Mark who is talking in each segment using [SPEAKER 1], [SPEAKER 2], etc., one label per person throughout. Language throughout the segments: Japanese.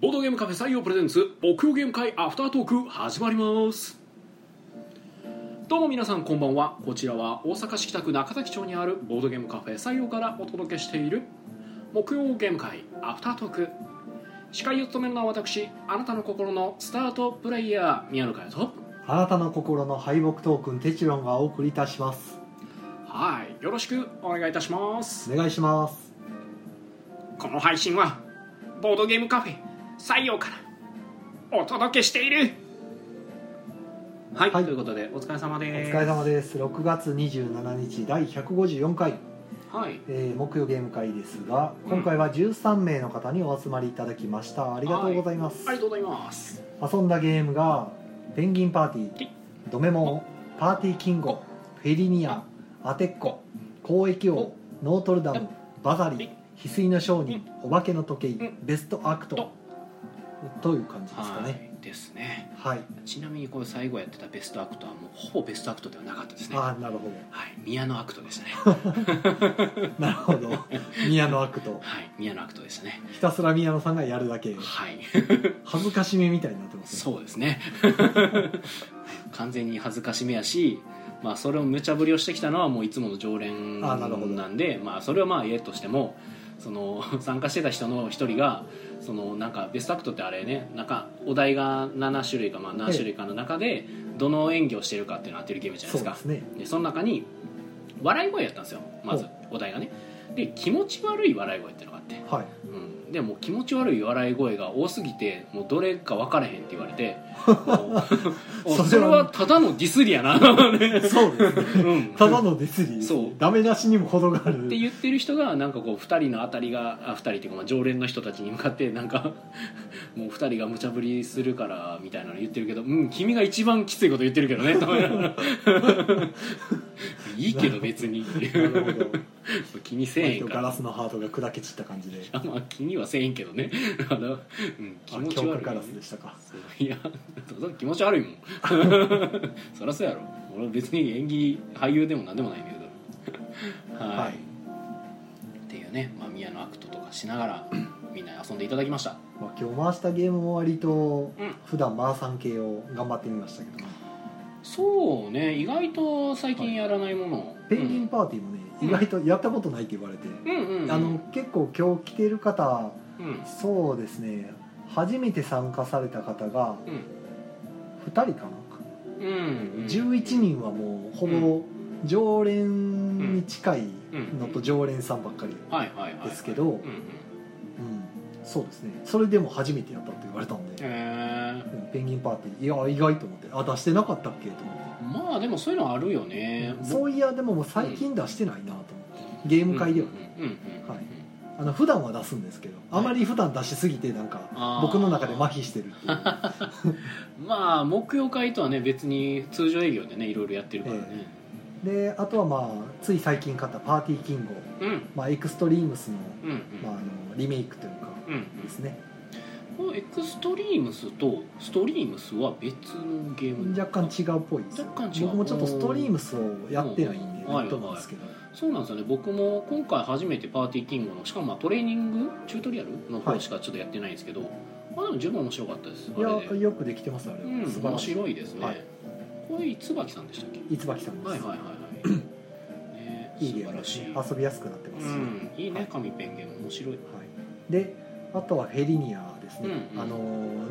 [SPEAKER 1] ボードゲームカフェ採用プレゼンツ木曜ゲーム会アフタートーク始まりますどうも皆さんこんばんはこちらは大阪市北区中崎町にあるボードゲームカフェ採用からお届けしている木曜ゲーム会アフタートーク司会を務めるのは私あなたの心のスタートプレイヤー宮野佳代と
[SPEAKER 2] あなたの心の敗北トークンテチロンがお送りいたします
[SPEAKER 1] はいよろしくお願いいたします
[SPEAKER 2] お願いします
[SPEAKER 1] この配信はボードゲームカフェ採用からお届けしているはい、
[SPEAKER 2] はい
[SPEAKER 1] ということでお疲れ様
[SPEAKER 2] お
[SPEAKER 1] です
[SPEAKER 2] 疲れ様です6月27日第154回、
[SPEAKER 1] はい
[SPEAKER 2] えー木曜ゲーム会ですが
[SPEAKER 1] うん
[SPEAKER 2] 今回は13名の方にお集まりいただきましたありがとうございます、
[SPEAKER 1] ありがとうございます
[SPEAKER 2] 遊んだゲームがペンギンパーティ
[SPEAKER 1] き
[SPEAKER 2] ードメモンパーティーキングフェリニアアテッコ交易王ノートルダ
[SPEAKER 1] うん
[SPEAKER 2] ムバザ
[SPEAKER 1] い
[SPEAKER 2] リ翡翠の商人お化けの時計
[SPEAKER 1] うん
[SPEAKER 2] ベストアク
[SPEAKER 1] と
[SPEAKER 2] トという感じですか
[SPEAKER 1] は
[SPEAKER 2] ね
[SPEAKER 1] いですね
[SPEAKER 2] はい
[SPEAKER 1] ちなみにこれ最後やってたベストアクトはもうほぼベストアクトではなかったですねは
[SPEAKER 2] ああなるほど
[SPEAKER 1] い宮のアクトでしたね
[SPEAKER 2] なる ほど宮野アクト
[SPEAKER 1] はい宮のアクトでしたね
[SPEAKER 2] ひたすら宮野さんがやるだけ
[SPEAKER 1] はい
[SPEAKER 2] 恥ずかしめみたいになってますね
[SPEAKER 1] そうですね 完全に恥ずかしめやしまあそれを無茶ぶりをしてきたのはもういつもの常連
[SPEAKER 2] あなるほど
[SPEAKER 1] なんでまあそれはまあええとしてもその 参加してた人の一人がそのなんかベストアクトってあれねなんかお題が7種類かまあ何種類かの中でどの演技をしてるかっていうのを当てるゲームじゃないです
[SPEAKER 2] で
[SPEAKER 1] か
[SPEAKER 2] すね
[SPEAKER 1] でその中に笑い声やったんですよまずお題がねで気持ち悪い笑い声っていうのがあって、
[SPEAKER 2] はい
[SPEAKER 1] うん、でもう気持ち悪い笑い声が多すぎてもうどれか分からへんって言われ てもう
[SPEAKER 2] それは
[SPEAKER 1] それはただのディスりやな、 ね
[SPEAKER 2] そうですね
[SPEAKER 1] うん、
[SPEAKER 2] ただのディスリー
[SPEAKER 1] そう
[SPEAKER 2] ダメ出しにも程がある
[SPEAKER 1] って言ってる人がなんかこう2人のあたりがあ2人っていうかまあ常連の人たちに向かってなんかもう2人が無茶ぶりするからみたいなの言ってるけどうん君が一番きついこと言ってるけどねと思いながら いいけど別 にって
[SPEAKER 2] な
[SPEAKER 1] いう
[SPEAKER 2] るほど
[SPEAKER 1] 気にせえへん
[SPEAKER 2] 割と
[SPEAKER 1] か
[SPEAKER 2] ガ
[SPEAKER 1] ら
[SPEAKER 2] ラスのハートが砕け散った感じで
[SPEAKER 1] あまあ気にはせえへんけどね あの、うん、気
[SPEAKER 2] あ
[SPEAKER 1] 持ち
[SPEAKER 2] 強
[SPEAKER 1] 悪
[SPEAKER 2] 化
[SPEAKER 1] い
[SPEAKER 2] ガラスでしたか
[SPEAKER 1] そういやどうぞ気持ち悪いもん そりゃそうやろ俺は別に演技俳優でも何でもないんだけどはい、
[SPEAKER 2] はい
[SPEAKER 1] っていうね、まあ、宮のアクトとかしながら みんな遊んでいただきました
[SPEAKER 2] まあ今日回したゲームも割と
[SPEAKER 1] うん
[SPEAKER 2] 普段マーサン系を頑張ってみましたけど
[SPEAKER 1] そうね意外と最近やらないもの、
[SPEAKER 2] ペンギンパーティーもね
[SPEAKER 1] うん
[SPEAKER 2] 意外とやったことないって言われて
[SPEAKER 1] うんうんうんうん
[SPEAKER 2] あの結構今日来てる方
[SPEAKER 1] うん
[SPEAKER 2] そうですね初めて参加された方が
[SPEAKER 1] うん
[SPEAKER 2] 2人かな、
[SPEAKER 1] うんうん
[SPEAKER 2] 11人はもうほぼ常連に近いのと常連さんばっかり、
[SPEAKER 1] はいはいはい
[SPEAKER 2] ですけど
[SPEAKER 1] うんうん、
[SPEAKER 2] うん、そうですねそれでも初めてやったって言われたんで、
[SPEAKER 1] え
[SPEAKER 2] うんペンギンパーティーいや意外と思ってあ出してなかったっけと思って
[SPEAKER 1] ー、まあでもそういうのあるよね、
[SPEAKER 2] そういやでももう最近出してないなと思ってゲーム会では、ね
[SPEAKER 1] うんうんうんうん
[SPEAKER 2] はいあの普段は出すんですけどあまり普段出しすぎてなん
[SPEAKER 1] あ
[SPEAKER 2] か
[SPEAKER 1] ー
[SPEAKER 2] 僕の中で麻痺してるっていう
[SPEAKER 1] まあ木曜会とはね別に通常営業でねいろいろやってるからね、
[SPEAKER 2] であとはまあつい最近買った「パーティーキングを」
[SPEAKER 1] うん
[SPEAKER 2] まあ、エクストリームスの,、
[SPEAKER 1] うんうん
[SPEAKER 2] まあ、あのリメイクというか
[SPEAKER 1] うんうん
[SPEAKER 2] ですね
[SPEAKER 1] このエクストリームスとストリームスは別のゲーム
[SPEAKER 2] 若干違うっぽいですよ
[SPEAKER 1] 若干違う
[SPEAKER 2] 僕もちょっとストリームスをやってないんで
[SPEAKER 1] うん
[SPEAKER 2] ネットなんですけど、
[SPEAKER 1] そうなんですよね僕も今回初めてパーティーキングのしかもまあトレーニングチュートリアルの方しかちょっとやってないんですけど、まあでも十分面白かったですあれ
[SPEAKER 2] い、
[SPEAKER 1] で
[SPEAKER 2] やよくできてますあれは、
[SPEAKER 1] うん
[SPEAKER 2] 素晴
[SPEAKER 1] 面
[SPEAKER 2] らしい
[SPEAKER 1] 白いですね、
[SPEAKER 2] はい
[SPEAKER 1] これ椿さんでしたっけ
[SPEAKER 2] 逸椿さんです、
[SPEAKER 1] はいはいはいはい、ね、
[SPEAKER 2] いい
[SPEAKER 1] 素
[SPEAKER 2] ゲー
[SPEAKER 1] 晴
[SPEAKER 2] ム
[SPEAKER 1] ら
[SPEAKER 2] だし
[SPEAKER 1] しい
[SPEAKER 2] 遊びやすくなってますし、
[SPEAKER 1] うん、いい
[SPEAKER 2] は
[SPEAKER 1] ね
[SPEAKER 2] い
[SPEAKER 1] 紙ペンゲーム面白い
[SPEAKER 2] はい、であとはフェリニアですね、
[SPEAKER 1] うんうん
[SPEAKER 2] あの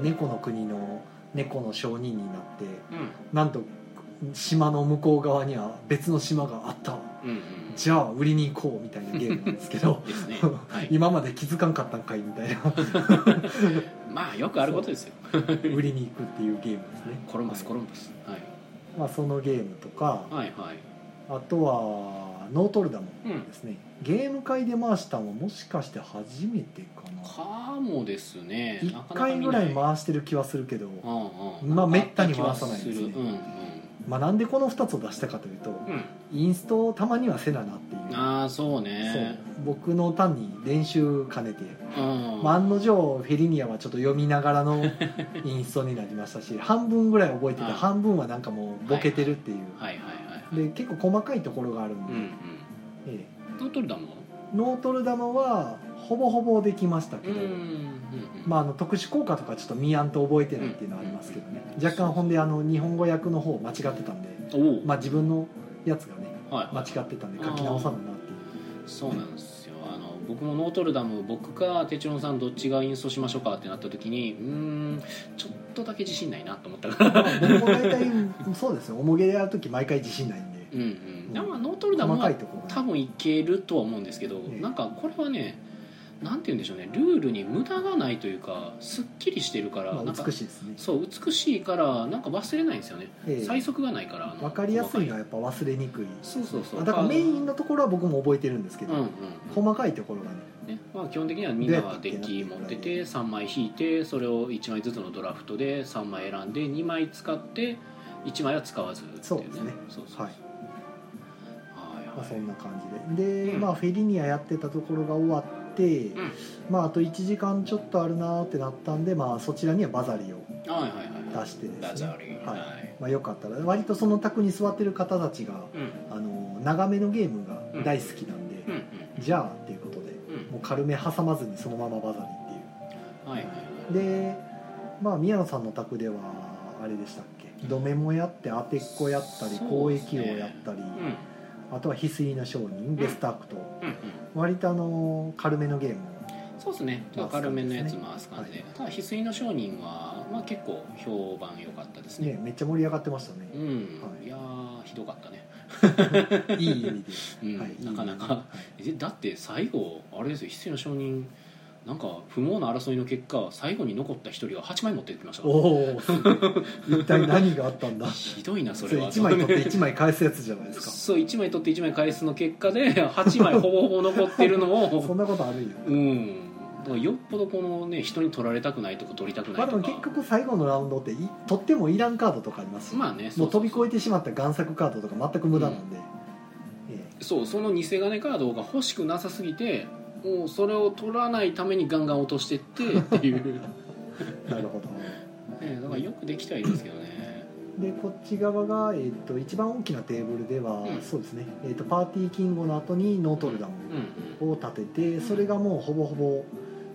[SPEAKER 2] 猫の国の猫の商人になって
[SPEAKER 1] う
[SPEAKER 2] なんと島の向こう側には別の島があった
[SPEAKER 1] んうんうん
[SPEAKER 2] じゃあ売りに行こうみたいなゲームなんですけ ど
[SPEAKER 1] ですねはい
[SPEAKER 2] 今まで気づかんかったんかいみたい な
[SPEAKER 1] まあよくあることですよ
[SPEAKER 2] 売りに行くっていうゲームですね
[SPEAKER 1] コロンバスコ
[SPEAKER 2] ロ
[SPEAKER 1] ロンバス、はい、
[SPEAKER 2] まあ、そのゲームとか
[SPEAKER 1] はいはい
[SPEAKER 2] あとはノートルダムですね、ゲーム会で回したのはもしかして初めてかな
[SPEAKER 1] かもですねな
[SPEAKER 2] 1
[SPEAKER 1] かなか
[SPEAKER 2] 回
[SPEAKER 1] 見
[SPEAKER 2] ぐらい
[SPEAKER 1] ない
[SPEAKER 2] 回してる気はするけど
[SPEAKER 1] うんうん
[SPEAKER 2] まあめったに回さないですね
[SPEAKER 1] あった気はるうん
[SPEAKER 2] まあ、なんでこの2つを出したかというと
[SPEAKER 1] うん
[SPEAKER 2] インストをたまにはせななっていう
[SPEAKER 1] うんああそう
[SPEAKER 2] そう
[SPEAKER 1] ね
[SPEAKER 2] 僕の単に練習兼ねて、
[SPEAKER 1] うん
[SPEAKER 2] まあ、案の定フェリニアはちょっと読みなが らのインストになりましたし半分ぐらい覚えてて
[SPEAKER 1] はい
[SPEAKER 2] 半分はなんかもうボケてるっていう、
[SPEAKER 1] はいはいはい
[SPEAKER 2] で結構細かいところがあるん
[SPEAKER 1] う
[SPEAKER 2] で、
[SPEAKER 1] ん
[SPEAKER 2] え
[SPEAKER 1] うんノートルダムは
[SPEAKER 2] えノートルダムはほぼほぼできましたけ
[SPEAKER 1] うん
[SPEAKER 2] ど、
[SPEAKER 1] うん
[SPEAKER 2] まあ、あの特殊効果とかちょっと見やんと覚えてないっていうのはありますけどね、若干ほんであの日本語訳の方間違ってたんで、
[SPEAKER 1] おお、
[SPEAKER 2] まあ、自分のやつがね
[SPEAKER 1] はい
[SPEAKER 2] 間違ってたんで書き直さないなっていう
[SPEAKER 1] そうなんですよあの僕もノートルダム僕かテチロンさんどっちが演奏しましょうかってなった時にうーんちょっとだけ自信ないなと思ったから
[SPEAKER 2] 僕も大体そうですよおもげでやる時毎回自信ないんで
[SPEAKER 1] うんうんでもまあノートルダム
[SPEAKER 2] 細か
[SPEAKER 1] はい
[SPEAKER 2] ところ
[SPEAKER 1] 多分いけるとは思うんですけど、
[SPEAKER 2] ええ
[SPEAKER 1] なんかこれはねなんて言うんでしょうねルールに無駄がないというかすっきりしてるから、
[SPEAKER 2] が、ま
[SPEAKER 1] な
[SPEAKER 2] あ、
[SPEAKER 1] んか
[SPEAKER 2] 美しいですね、
[SPEAKER 1] そう美しいからなんか忘れないんですよね、
[SPEAKER 2] え
[SPEAKER 1] 最速がないからあの
[SPEAKER 2] 分かりやすいのは
[SPEAKER 1] 細
[SPEAKER 2] やっぱ忘れにくい
[SPEAKER 1] いそうそうそう
[SPEAKER 2] あだからメイン
[SPEAKER 1] の
[SPEAKER 2] のところは僕も覚えてるんですけ
[SPEAKER 1] う
[SPEAKER 2] ど、
[SPEAKER 1] んうん
[SPEAKER 2] 細かいところがね
[SPEAKER 1] ねまあ、基本的にはみんながデッキ持ってて3枚引いてそれを1枚ずつのドラフトで3枚選んで2枚使って1枚は使わずってい
[SPEAKER 2] そうですね
[SPEAKER 1] そうそうそう
[SPEAKER 2] はい、
[SPEAKER 1] はい
[SPEAKER 2] まあ、
[SPEAKER 1] はい
[SPEAKER 2] そんな感じでで、
[SPEAKER 1] うん
[SPEAKER 2] まあフェリニアやってたところが終わって、
[SPEAKER 1] ん
[SPEAKER 2] まああと1時間ちょっとあるなーってなったんでまあそちらにはバザリを
[SPEAKER 1] はいはいはいはい
[SPEAKER 2] 出して
[SPEAKER 1] ラ
[SPEAKER 2] です
[SPEAKER 1] ザ
[SPEAKER 2] ね
[SPEAKER 1] リー
[SPEAKER 2] はい
[SPEAKER 1] はい
[SPEAKER 2] まあよかったら割とその卓に座ってる方たちが
[SPEAKER 1] うんうん
[SPEAKER 2] あの長めのゲームが大好きなんで、
[SPEAKER 1] うん
[SPEAKER 2] じゃあっていうことで
[SPEAKER 1] うん
[SPEAKER 2] もう軽め挟まずにそのままバザリっていう
[SPEAKER 1] はいはいはい
[SPEAKER 2] でまあ宮野さんの宅ではあれでしたっけドメモやって当てっこやったり
[SPEAKER 1] そう
[SPEAKER 2] 交
[SPEAKER 1] です
[SPEAKER 2] 易
[SPEAKER 1] ね
[SPEAKER 2] 王やったり、
[SPEAKER 1] うん
[SPEAKER 2] あとは翡翠の商人ベストアクト、
[SPEAKER 1] うん
[SPEAKER 2] 割とあの軽めのゲーム
[SPEAKER 1] うんそうですね明るめのやつ回す感じでただ翡翠の商人は、まあ、結構評判良かったです
[SPEAKER 2] を
[SPEAKER 1] ね
[SPEAKER 2] ねめっちゃ盛り上がってましたね
[SPEAKER 1] うん、、
[SPEAKER 2] はいい
[SPEAKER 1] やーひどかったね、
[SPEAKER 2] いい意味で、
[SPEAKER 1] うん
[SPEAKER 2] はい、いい意味で
[SPEAKER 1] なかな
[SPEAKER 2] は
[SPEAKER 1] かえだって最後あれですよ翡翠の証人なんか不毛な争いの結果最後に残った一人が8枚持ってきました
[SPEAKER 2] い、お
[SPEAKER 1] から
[SPEAKER 2] おすごい一体何があったんだ
[SPEAKER 1] ひどいな そ
[SPEAKER 2] そ
[SPEAKER 1] れ
[SPEAKER 2] れ
[SPEAKER 1] は
[SPEAKER 2] 1枚取って1枚返すやつじゃない ですか
[SPEAKER 1] そう1枚取って1枚返すの結果で8枚ほぼほぼ残ってるの
[SPEAKER 2] そ
[SPEAKER 1] を
[SPEAKER 2] んなことあるよ
[SPEAKER 1] うんだからよっぽどこのね人に取られたくないとか取りたく
[SPEAKER 2] ま
[SPEAKER 1] な
[SPEAKER 2] あ
[SPEAKER 1] い
[SPEAKER 2] で
[SPEAKER 1] と
[SPEAKER 2] も結
[SPEAKER 1] か
[SPEAKER 2] 局最後のラウンドってい取ってもいらんカードとかありますし
[SPEAKER 1] まあねそ
[SPEAKER 2] もう
[SPEAKER 1] うそう
[SPEAKER 2] 飛び越えてしまった贋作カードとか全く無駄なんで、え
[SPEAKER 1] そうその偽金カードが欲しくなさすぎてもうそれを取らないためにガンガン落として ってっていう、
[SPEAKER 2] えなるほど
[SPEAKER 1] ね、だからよくできてはいるんですけどね
[SPEAKER 2] でこっち側が、えっと一番大きなテーブルでは、
[SPEAKER 1] うん
[SPEAKER 2] そうですね、えっとパーティーキングの後にノートルダム
[SPEAKER 1] うんうん
[SPEAKER 2] を立ててそれがもうほぼほぼ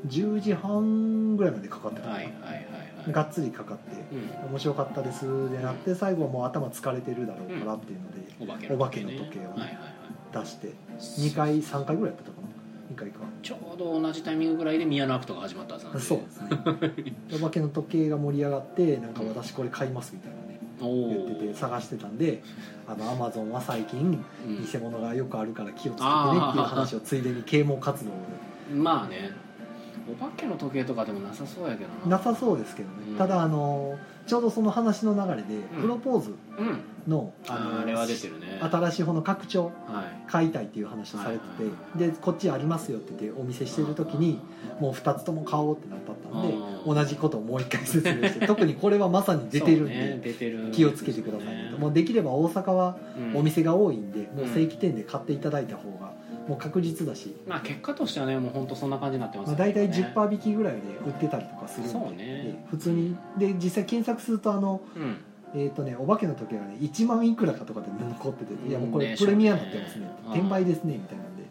[SPEAKER 2] 10時半ぐらいまでかかってた、
[SPEAKER 1] はいはいはいはい
[SPEAKER 2] がっつりかかって
[SPEAKER 1] うん
[SPEAKER 2] 面白かったですでなって最後はもう頭疲れてるだろうからっていうので
[SPEAKER 1] お化け
[SPEAKER 2] お化けの時計をね
[SPEAKER 1] はいはいはい
[SPEAKER 2] 出して2回3回ぐらいやってたかな2回か
[SPEAKER 1] ちょうど同じタイミングぐらいで宮のアクトが始まったはずなんで
[SPEAKER 2] そうですね お化けの時計が盛り上がってなんか私これ買いますみたいなね
[SPEAKER 1] お
[SPEAKER 2] 言
[SPEAKER 1] お
[SPEAKER 2] ってて探してたんでアマゾンは最近偽物がよくあるから気をつけてねっていう話をついでに啓蒙活動で
[SPEAKER 1] うん、まあねお化けの時計とかでもなさそうやけどな
[SPEAKER 2] なさそうですけど
[SPEAKER 1] うん
[SPEAKER 2] ねただあのちょうどその話の流れで
[SPEAKER 1] ん
[SPEAKER 2] プロポーズ
[SPEAKER 1] うん
[SPEAKER 2] の
[SPEAKER 1] あのあれは出てるね
[SPEAKER 2] 新しい方の拡張
[SPEAKER 1] はい
[SPEAKER 2] 買いたいっていう話をされ
[SPEAKER 1] は
[SPEAKER 2] て
[SPEAKER 1] いはい
[SPEAKER 2] てでこっちありますよって言ってお見せしてる時にもう2つとも買おうってなったったんで
[SPEAKER 1] うん
[SPEAKER 2] 同じことをもう一回説明して 特にこれはまさに出てる
[SPEAKER 1] そ
[SPEAKER 2] ん
[SPEAKER 1] うね
[SPEAKER 2] で
[SPEAKER 1] 出てる
[SPEAKER 2] 気をつけてくださいねともうできれば大阪は
[SPEAKER 1] うん
[SPEAKER 2] お店が多いんでもううん正規店で買っていただいた方がもう確実だし、
[SPEAKER 1] まあ結果としてはねもう本当そんな感じになってます
[SPEAKER 2] まあ、
[SPEAKER 1] ね
[SPEAKER 2] 大体10%引きぐらいで売ってたりとかするんで
[SPEAKER 1] そうね
[SPEAKER 2] ええ普通にで実際検索するとあの
[SPEAKER 1] うん
[SPEAKER 2] えっ、とねお化けの時計がね1万いくらかとかで残ってて「いやもうこ
[SPEAKER 1] うん
[SPEAKER 2] れ
[SPEAKER 1] でしょ
[SPEAKER 2] プ
[SPEAKER 1] うね
[SPEAKER 2] レミアになってますね」
[SPEAKER 1] うん
[SPEAKER 2] 転売ですね」みたいなんで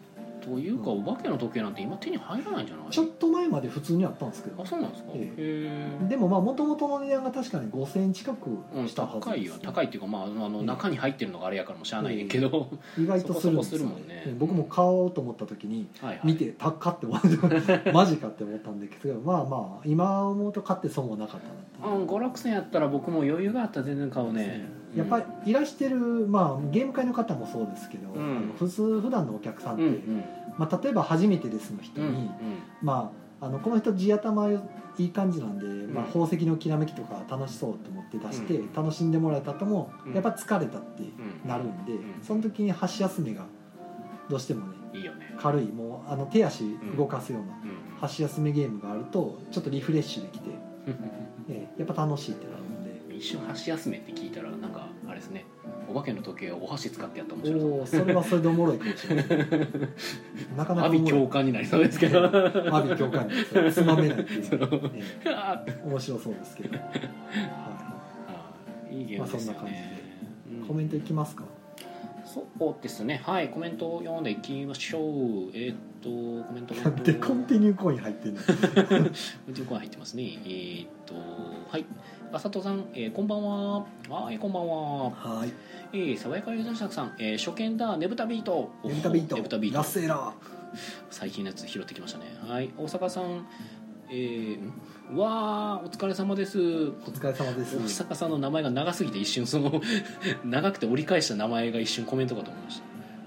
[SPEAKER 1] というかお化けの時計なんて今手に入らないんじゃない
[SPEAKER 2] ちょっと前まで普通にあったんですけど
[SPEAKER 1] あそうなんですか
[SPEAKER 2] え
[SPEAKER 1] へ
[SPEAKER 2] え
[SPEAKER 1] え
[SPEAKER 2] でもまあ元々の値段が確かに5000円近
[SPEAKER 1] うん、
[SPEAKER 2] くしたはず
[SPEAKER 1] 高い
[SPEAKER 2] で
[SPEAKER 1] よ
[SPEAKER 2] す、
[SPEAKER 1] 高いっていうか、まあ、あのあの
[SPEAKER 2] うん
[SPEAKER 1] 中に入ってるのがあれやからもしゃあないねんけど、
[SPEAKER 2] 意外とするんです
[SPEAKER 1] そこそこす
[SPEAKER 2] よ、
[SPEAKER 1] るもんね
[SPEAKER 2] ええ僕も買おうと思った時に
[SPEAKER 1] はいはい
[SPEAKER 2] 見て高っって思って マジかって思ったんですけどまあまあ今思うと買って損はなかったなってい
[SPEAKER 1] う
[SPEAKER 2] う
[SPEAKER 1] ん、5 6千やったら僕も余裕があったら全然買うね
[SPEAKER 2] やっぱりいらしてる、まあ、ゲーム会の方もそうですけど、
[SPEAKER 1] うん
[SPEAKER 2] あの普通普段のお客さんっ
[SPEAKER 1] う
[SPEAKER 2] て、
[SPEAKER 1] んうん
[SPEAKER 2] まあ、例えば初めてですの人
[SPEAKER 1] うんう
[SPEAKER 2] に、
[SPEAKER 1] ん
[SPEAKER 2] まあ、あのこの人地頭いい感じなんで、まあ、
[SPEAKER 1] うん
[SPEAKER 2] 宝石のきらめきとか楽しそうと思って出して、
[SPEAKER 1] うん
[SPEAKER 2] 楽しんでもらえたとも、
[SPEAKER 1] うん
[SPEAKER 2] やっぱ疲れたって
[SPEAKER 1] うん
[SPEAKER 2] なるんで、
[SPEAKER 1] うん
[SPEAKER 2] その時に箸休めがどうしてもね
[SPEAKER 1] いいよね
[SPEAKER 2] 軽いもうあの手足動かすような
[SPEAKER 1] うん
[SPEAKER 2] 箸休めゲームがあるとちょっとリフレッシュできて、
[SPEAKER 1] うん
[SPEAKER 2] えーやっぱ楽しいってなるんで。
[SPEAKER 1] 一瞬箸休めって聞いたらなんかあれですねお化けの時計をお箸使ってやったら面白そう
[SPEAKER 2] おおーそれはそれでおもろいかもしれないなかなか
[SPEAKER 1] 阿
[SPEAKER 2] おもろい
[SPEAKER 1] 鼻教官になりそうですけど
[SPEAKER 2] 阿鼻教官ですつまめないってい、
[SPEAKER 1] そうう
[SPEAKER 2] え
[SPEAKER 1] あ
[SPEAKER 2] え面白そうですけど、は
[SPEAKER 1] ーいいゲームですよね
[SPEAKER 2] まあそんな感じでい、コメントいきますか
[SPEAKER 1] うんそうですねはいコメントを読んでいきましょうえーっとコメントコメント
[SPEAKER 2] でコンティニューコイン入ってんの
[SPEAKER 1] うちのコア入ってますねえーっとはいあさとさん、えーこんばんははいこんばんは
[SPEAKER 2] はーい
[SPEAKER 1] えー、爽やかゆずさん、えー、初見だねぶたビート
[SPEAKER 2] ネブタビート
[SPEAKER 1] ねぶたビー
[SPEAKER 2] ラ
[SPEAKER 1] ト
[SPEAKER 2] ッセラー
[SPEAKER 1] 最近のやつ拾ってきましたねはい大阪さんえー、んわーお疲れ様です
[SPEAKER 2] お疲れ様で
[SPEAKER 1] 大
[SPEAKER 2] す
[SPEAKER 1] 阪さんの名前が長すぎて一瞬その 長くて折り返した名前が一瞬コメントかと思いました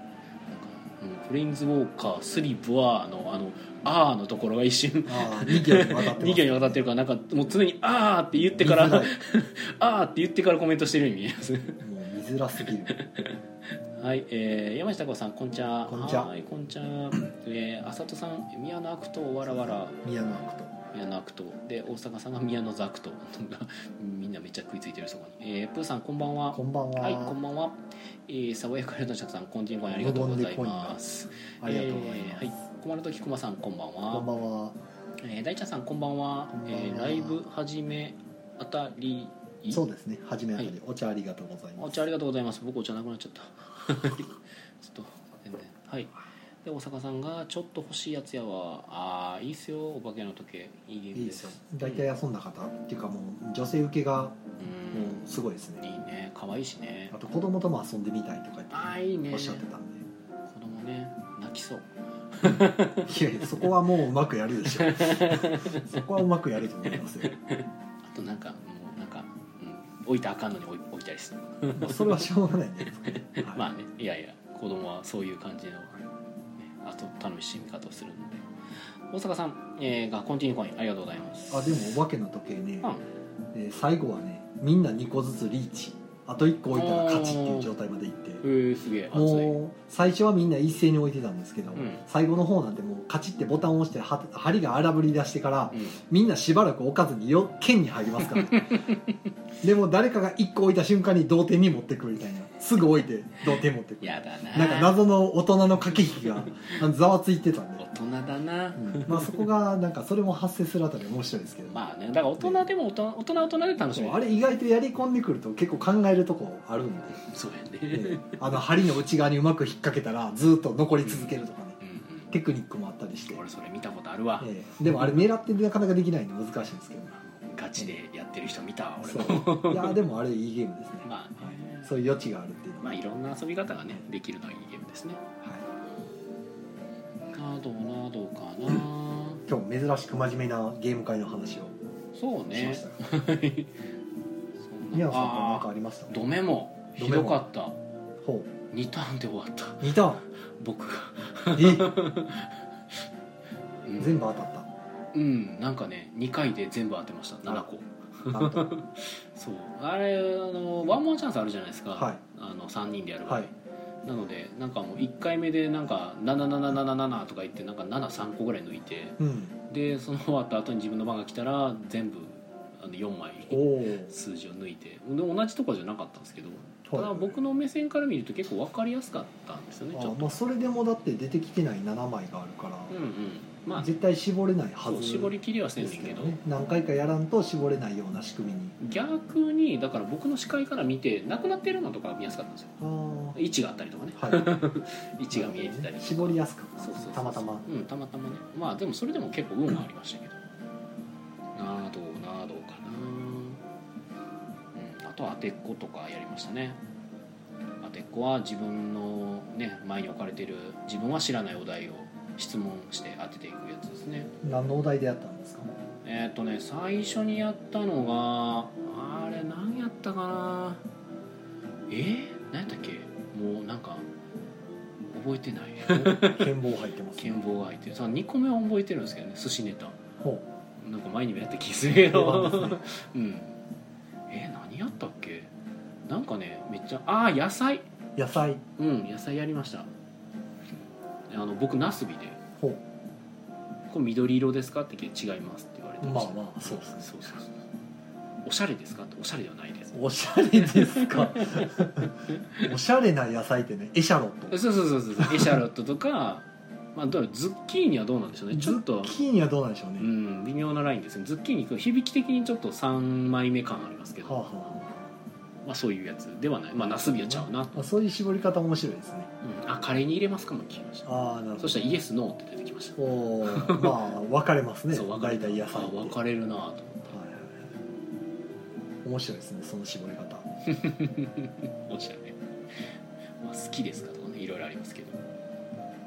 [SPEAKER 1] なんか、うん、プレインズウォーカースリブワーのあの「あー」のところが一瞬
[SPEAKER 2] ああ2行にわたって
[SPEAKER 1] 2行にわたってるからなんかもう常に「あー」って言ってか
[SPEAKER 2] 見づ
[SPEAKER 1] ら
[SPEAKER 2] い
[SPEAKER 1] 「 あー」って言ってからコメントしてるように見えます
[SPEAKER 2] もう見づらすぎる
[SPEAKER 1] はい、えー、山下子さんこんちゃ
[SPEAKER 2] こんちは
[SPEAKER 1] はいこんちゃえー、あさとさん宮野悪党わらわら
[SPEAKER 2] 宮野アクト
[SPEAKER 1] 宮野悪党で大阪さんが宮野ザクト みんなめっちゃ食いついてるそこに、えー、プーさんこんばんは
[SPEAKER 2] こんばんは
[SPEAKER 1] はいこんばんは、えー、爽やかなさんこんちんこんありがとうございます
[SPEAKER 2] ありがとうございます、
[SPEAKER 1] えーはい困る時くまさんこんばんは
[SPEAKER 2] こんばんは
[SPEAKER 1] えー、大ちゃんさんこんばんは
[SPEAKER 2] こんばんは
[SPEAKER 1] えーライブ始めあたり
[SPEAKER 2] そうですね初めあたり、お茶ありがとうございます
[SPEAKER 1] お茶ありがとうございます僕お茶なくなっちゃった ちょっと全然はいで大阪さんが「ちょっと欲しいやつやわあーいいっすよお化けの時計いいゲー
[SPEAKER 2] い
[SPEAKER 1] ム
[SPEAKER 2] い
[SPEAKER 1] で
[SPEAKER 2] です
[SPEAKER 1] す
[SPEAKER 2] よ大体遊んだ方、っていうかもう女性受けがも
[SPEAKER 1] うん
[SPEAKER 2] うすごいです
[SPEAKER 1] いい
[SPEAKER 2] ね、
[SPEAKER 1] ね可愛いしね
[SPEAKER 2] あと子供とも遊んでみたいとか
[SPEAKER 1] あーい
[SPEAKER 2] 言
[SPEAKER 1] い
[SPEAKER 2] って
[SPEAKER 1] ね
[SPEAKER 2] おっしゃってたんで、
[SPEAKER 1] 子供ね泣きそう
[SPEAKER 2] いやいやそこはもううまくやるでしょ そこはうまくやると思いますよ、
[SPEAKER 1] あとなんかもうなんか、うん、置いたらあかんのに置い置いたりして
[SPEAKER 2] まあ、それはしょうがないんですけど、はい
[SPEAKER 1] まあねいやいや子供はそういう感じの、ね、あと楽しみ方をするので大阪さん、えー、がコンティニューコインありがとうございます
[SPEAKER 2] あでもお化けの時計ね、
[SPEAKER 1] うん
[SPEAKER 2] えー最後はねみんな2個ずつリーチあと1個置いたら勝ちっていう状態までいって
[SPEAKER 1] えー、すげえ熱い
[SPEAKER 2] もう最初はみんな一斉に置いてたんですけど、
[SPEAKER 1] うん
[SPEAKER 2] 最後の方なんてもうカチってボタンを押しては針が荒ぶり出してから
[SPEAKER 1] うん
[SPEAKER 2] みんなしばらく置かずによ剣に入りますから でも誰かが1個置いた瞬間に同点に持ってくるみたいなすぐ置いて同点持ってくる
[SPEAKER 1] やだな
[SPEAKER 2] なんか謎の大人の駆け引 きがあのざわついてたんで
[SPEAKER 1] 大、人だな、
[SPEAKER 2] うんまあ、そこがなんかそれも発生するあたりは面白いですけど、
[SPEAKER 1] まあねだから大人でも大人大人は大人で楽し
[SPEAKER 2] そう
[SPEAKER 1] め
[SPEAKER 2] あ
[SPEAKER 1] る
[SPEAKER 2] れ意外とやり込んでくると結構考えるとこあ るんで、
[SPEAKER 1] そうやね、
[SPEAKER 2] ねあの針の内側にうまく引っ掛けたらずっと残り続けるとかね
[SPEAKER 1] うん
[SPEAKER 2] テクニックもあったりして
[SPEAKER 1] うん、、俺それ見たことあるわ、
[SPEAKER 2] ええでもあれ狙ってなかなかできないんで難しいんですけど
[SPEAKER 1] ガチでやってる人見たわ俺も
[SPEAKER 2] そういやでもあれいいゲームですね、
[SPEAKER 1] まあね
[SPEAKER 2] はいそういう余地があるっていうのは、
[SPEAKER 1] まあ
[SPEAKER 2] は
[SPEAKER 1] い
[SPEAKER 2] い
[SPEAKER 1] ろんな遊び方がねできるのはいいゲームですねなどなどかな、
[SPEAKER 2] 今日珍しく真面目なゲーム会の話を
[SPEAKER 1] そう
[SPEAKER 2] しま
[SPEAKER 1] ね
[SPEAKER 2] したが、
[SPEAKER 1] そんな
[SPEAKER 2] 宮野さんから
[SPEAKER 1] あ
[SPEAKER 2] 何かありました
[SPEAKER 1] ードメモ
[SPEAKER 2] ド
[SPEAKER 1] ひ
[SPEAKER 2] メモ
[SPEAKER 1] どかった
[SPEAKER 2] ほ
[SPEAKER 1] 2ターンで終わった
[SPEAKER 2] う似た
[SPEAKER 1] 僕が、
[SPEAKER 2] え
[SPEAKER 1] うん
[SPEAKER 2] 全部当たっ
[SPEAKER 1] うんなんかね2回で全部当てました7個
[SPEAKER 2] たなんと
[SPEAKER 1] そうあれあのワンモンチャンスあるじゃないですか、
[SPEAKER 2] はい
[SPEAKER 1] あの3人でやる場合、
[SPEAKER 2] はい
[SPEAKER 1] なのでなんかもう1回目でなんか7777とか言ってなんか73個ぐらい抜いて
[SPEAKER 2] うん
[SPEAKER 1] でその終わった後に自分の番が来たら全部あの4枚
[SPEAKER 2] おお
[SPEAKER 1] 数字を抜いてで同じとかじゃなかったんですけどただ
[SPEAKER 2] はい
[SPEAKER 1] 僕の目線から見ると結構分かりやすかったんですよね
[SPEAKER 2] あ
[SPEAKER 1] ちょっ
[SPEAKER 2] ー
[SPEAKER 1] と
[SPEAKER 2] まあそれでもだって出てきてない7枚があるから、
[SPEAKER 1] うんうんまあ
[SPEAKER 2] 絶対絞れないは
[SPEAKER 1] そう
[SPEAKER 2] ず
[SPEAKER 1] 絞りきりはせん
[SPEAKER 2] で
[SPEAKER 1] ね
[SPEAKER 2] す
[SPEAKER 1] ん
[SPEAKER 2] け
[SPEAKER 1] け
[SPEAKER 2] ど
[SPEAKER 1] ど
[SPEAKER 2] ね何回かやらんと絞れないような仕組みに
[SPEAKER 1] 逆にだから僕の視界から見てなくなってるのとか見やすかったんですよ
[SPEAKER 2] あー
[SPEAKER 1] 位置があったりとかね
[SPEAKER 2] はい
[SPEAKER 1] 位 置が見えてたり
[SPEAKER 2] 絞りやすく
[SPEAKER 1] そうそうそう
[SPEAKER 2] たまたま
[SPEAKER 1] うんたまたまねまあでもそれでも結構運はありましたけどなどなどかなうんあとは当てっことかやりましたね当てっこは自分のね前に置かれてる自分は知らないお題を質問して当てていくやつですね
[SPEAKER 2] 何のお題でやったんですか
[SPEAKER 1] えっ、とね最初にやったのがあれ何やったかなえー、何やったっけもうなんか覚えてない
[SPEAKER 2] 剣棒入ってます
[SPEAKER 1] 剣棒が入ってるさ2個目は覚えてるんですけどね寿司ネタ
[SPEAKER 2] ほ
[SPEAKER 1] なんか前にもやった気するけ
[SPEAKER 2] う定 番です
[SPEAKER 1] ど、
[SPEAKER 2] ね
[SPEAKER 1] うんえ何やったっけなんかねめっちゃああ野菜
[SPEAKER 2] 野菜
[SPEAKER 1] うん野菜やりましたあの僕ナスビで
[SPEAKER 2] ほ
[SPEAKER 1] 「これ緑色ですか?」って聞いて違います」って言われて
[SPEAKER 2] まあまあ
[SPEAKER 1] そ
[SPEAKER 2] そうう
[SPEAKER 1] そ
[SPEAKER 2] そうう
[SPEAKER 1] そうそうおしゃれですかっておしゃれではないです
[SPEAKER 2] おしゃれですか おしゃれな野菜ってねエシャロット
[SPEAKER 1] そうそうそうそうエシャロットとかまあどうズッキーニはどうなんでしょうねち
[SPEAKER 2] ズ
[SPEAKER 1] ょっ
[SPEAKER 2] ッ
[SPEAKER 1] と
[SPEAKER 2] キーニはどうなんでしょう
[SPEAKER 1] う
[SPEAKER 2] ね
[SPEAKER 1] ん微妙なラインですねズッキーニ響き的にちょっと3枚目感ありますけど
[SPEAKER 2] はあは
[SPEAKER 1] まあ、そういうやつではない、まあ、ナスビはちゃうな、
[SPEAKER 2] あそういう絞り方面白いですね
[SPEAKER 1] うん、あカレーに入れますかも聞きました
[SPEAKER 2] ああなるほ
[SPEAKER 1] そ
[SPEAKER 2] ど
[SPEAKER 1] したらイエスノーって出てきました
[SPEAKER 2] おーまあ分かれますね
[SPEAKER 1] そう分かれ
[SPEAKER 2] 大体野菜って
[SPEAKER 1] あ分かれるなと思って
[SPEAKER 2] はいはいはい面白いですねその絞り方
[SPEAKER 1] 落ちたね、まあ、好きですかとかねいろいろありますけど、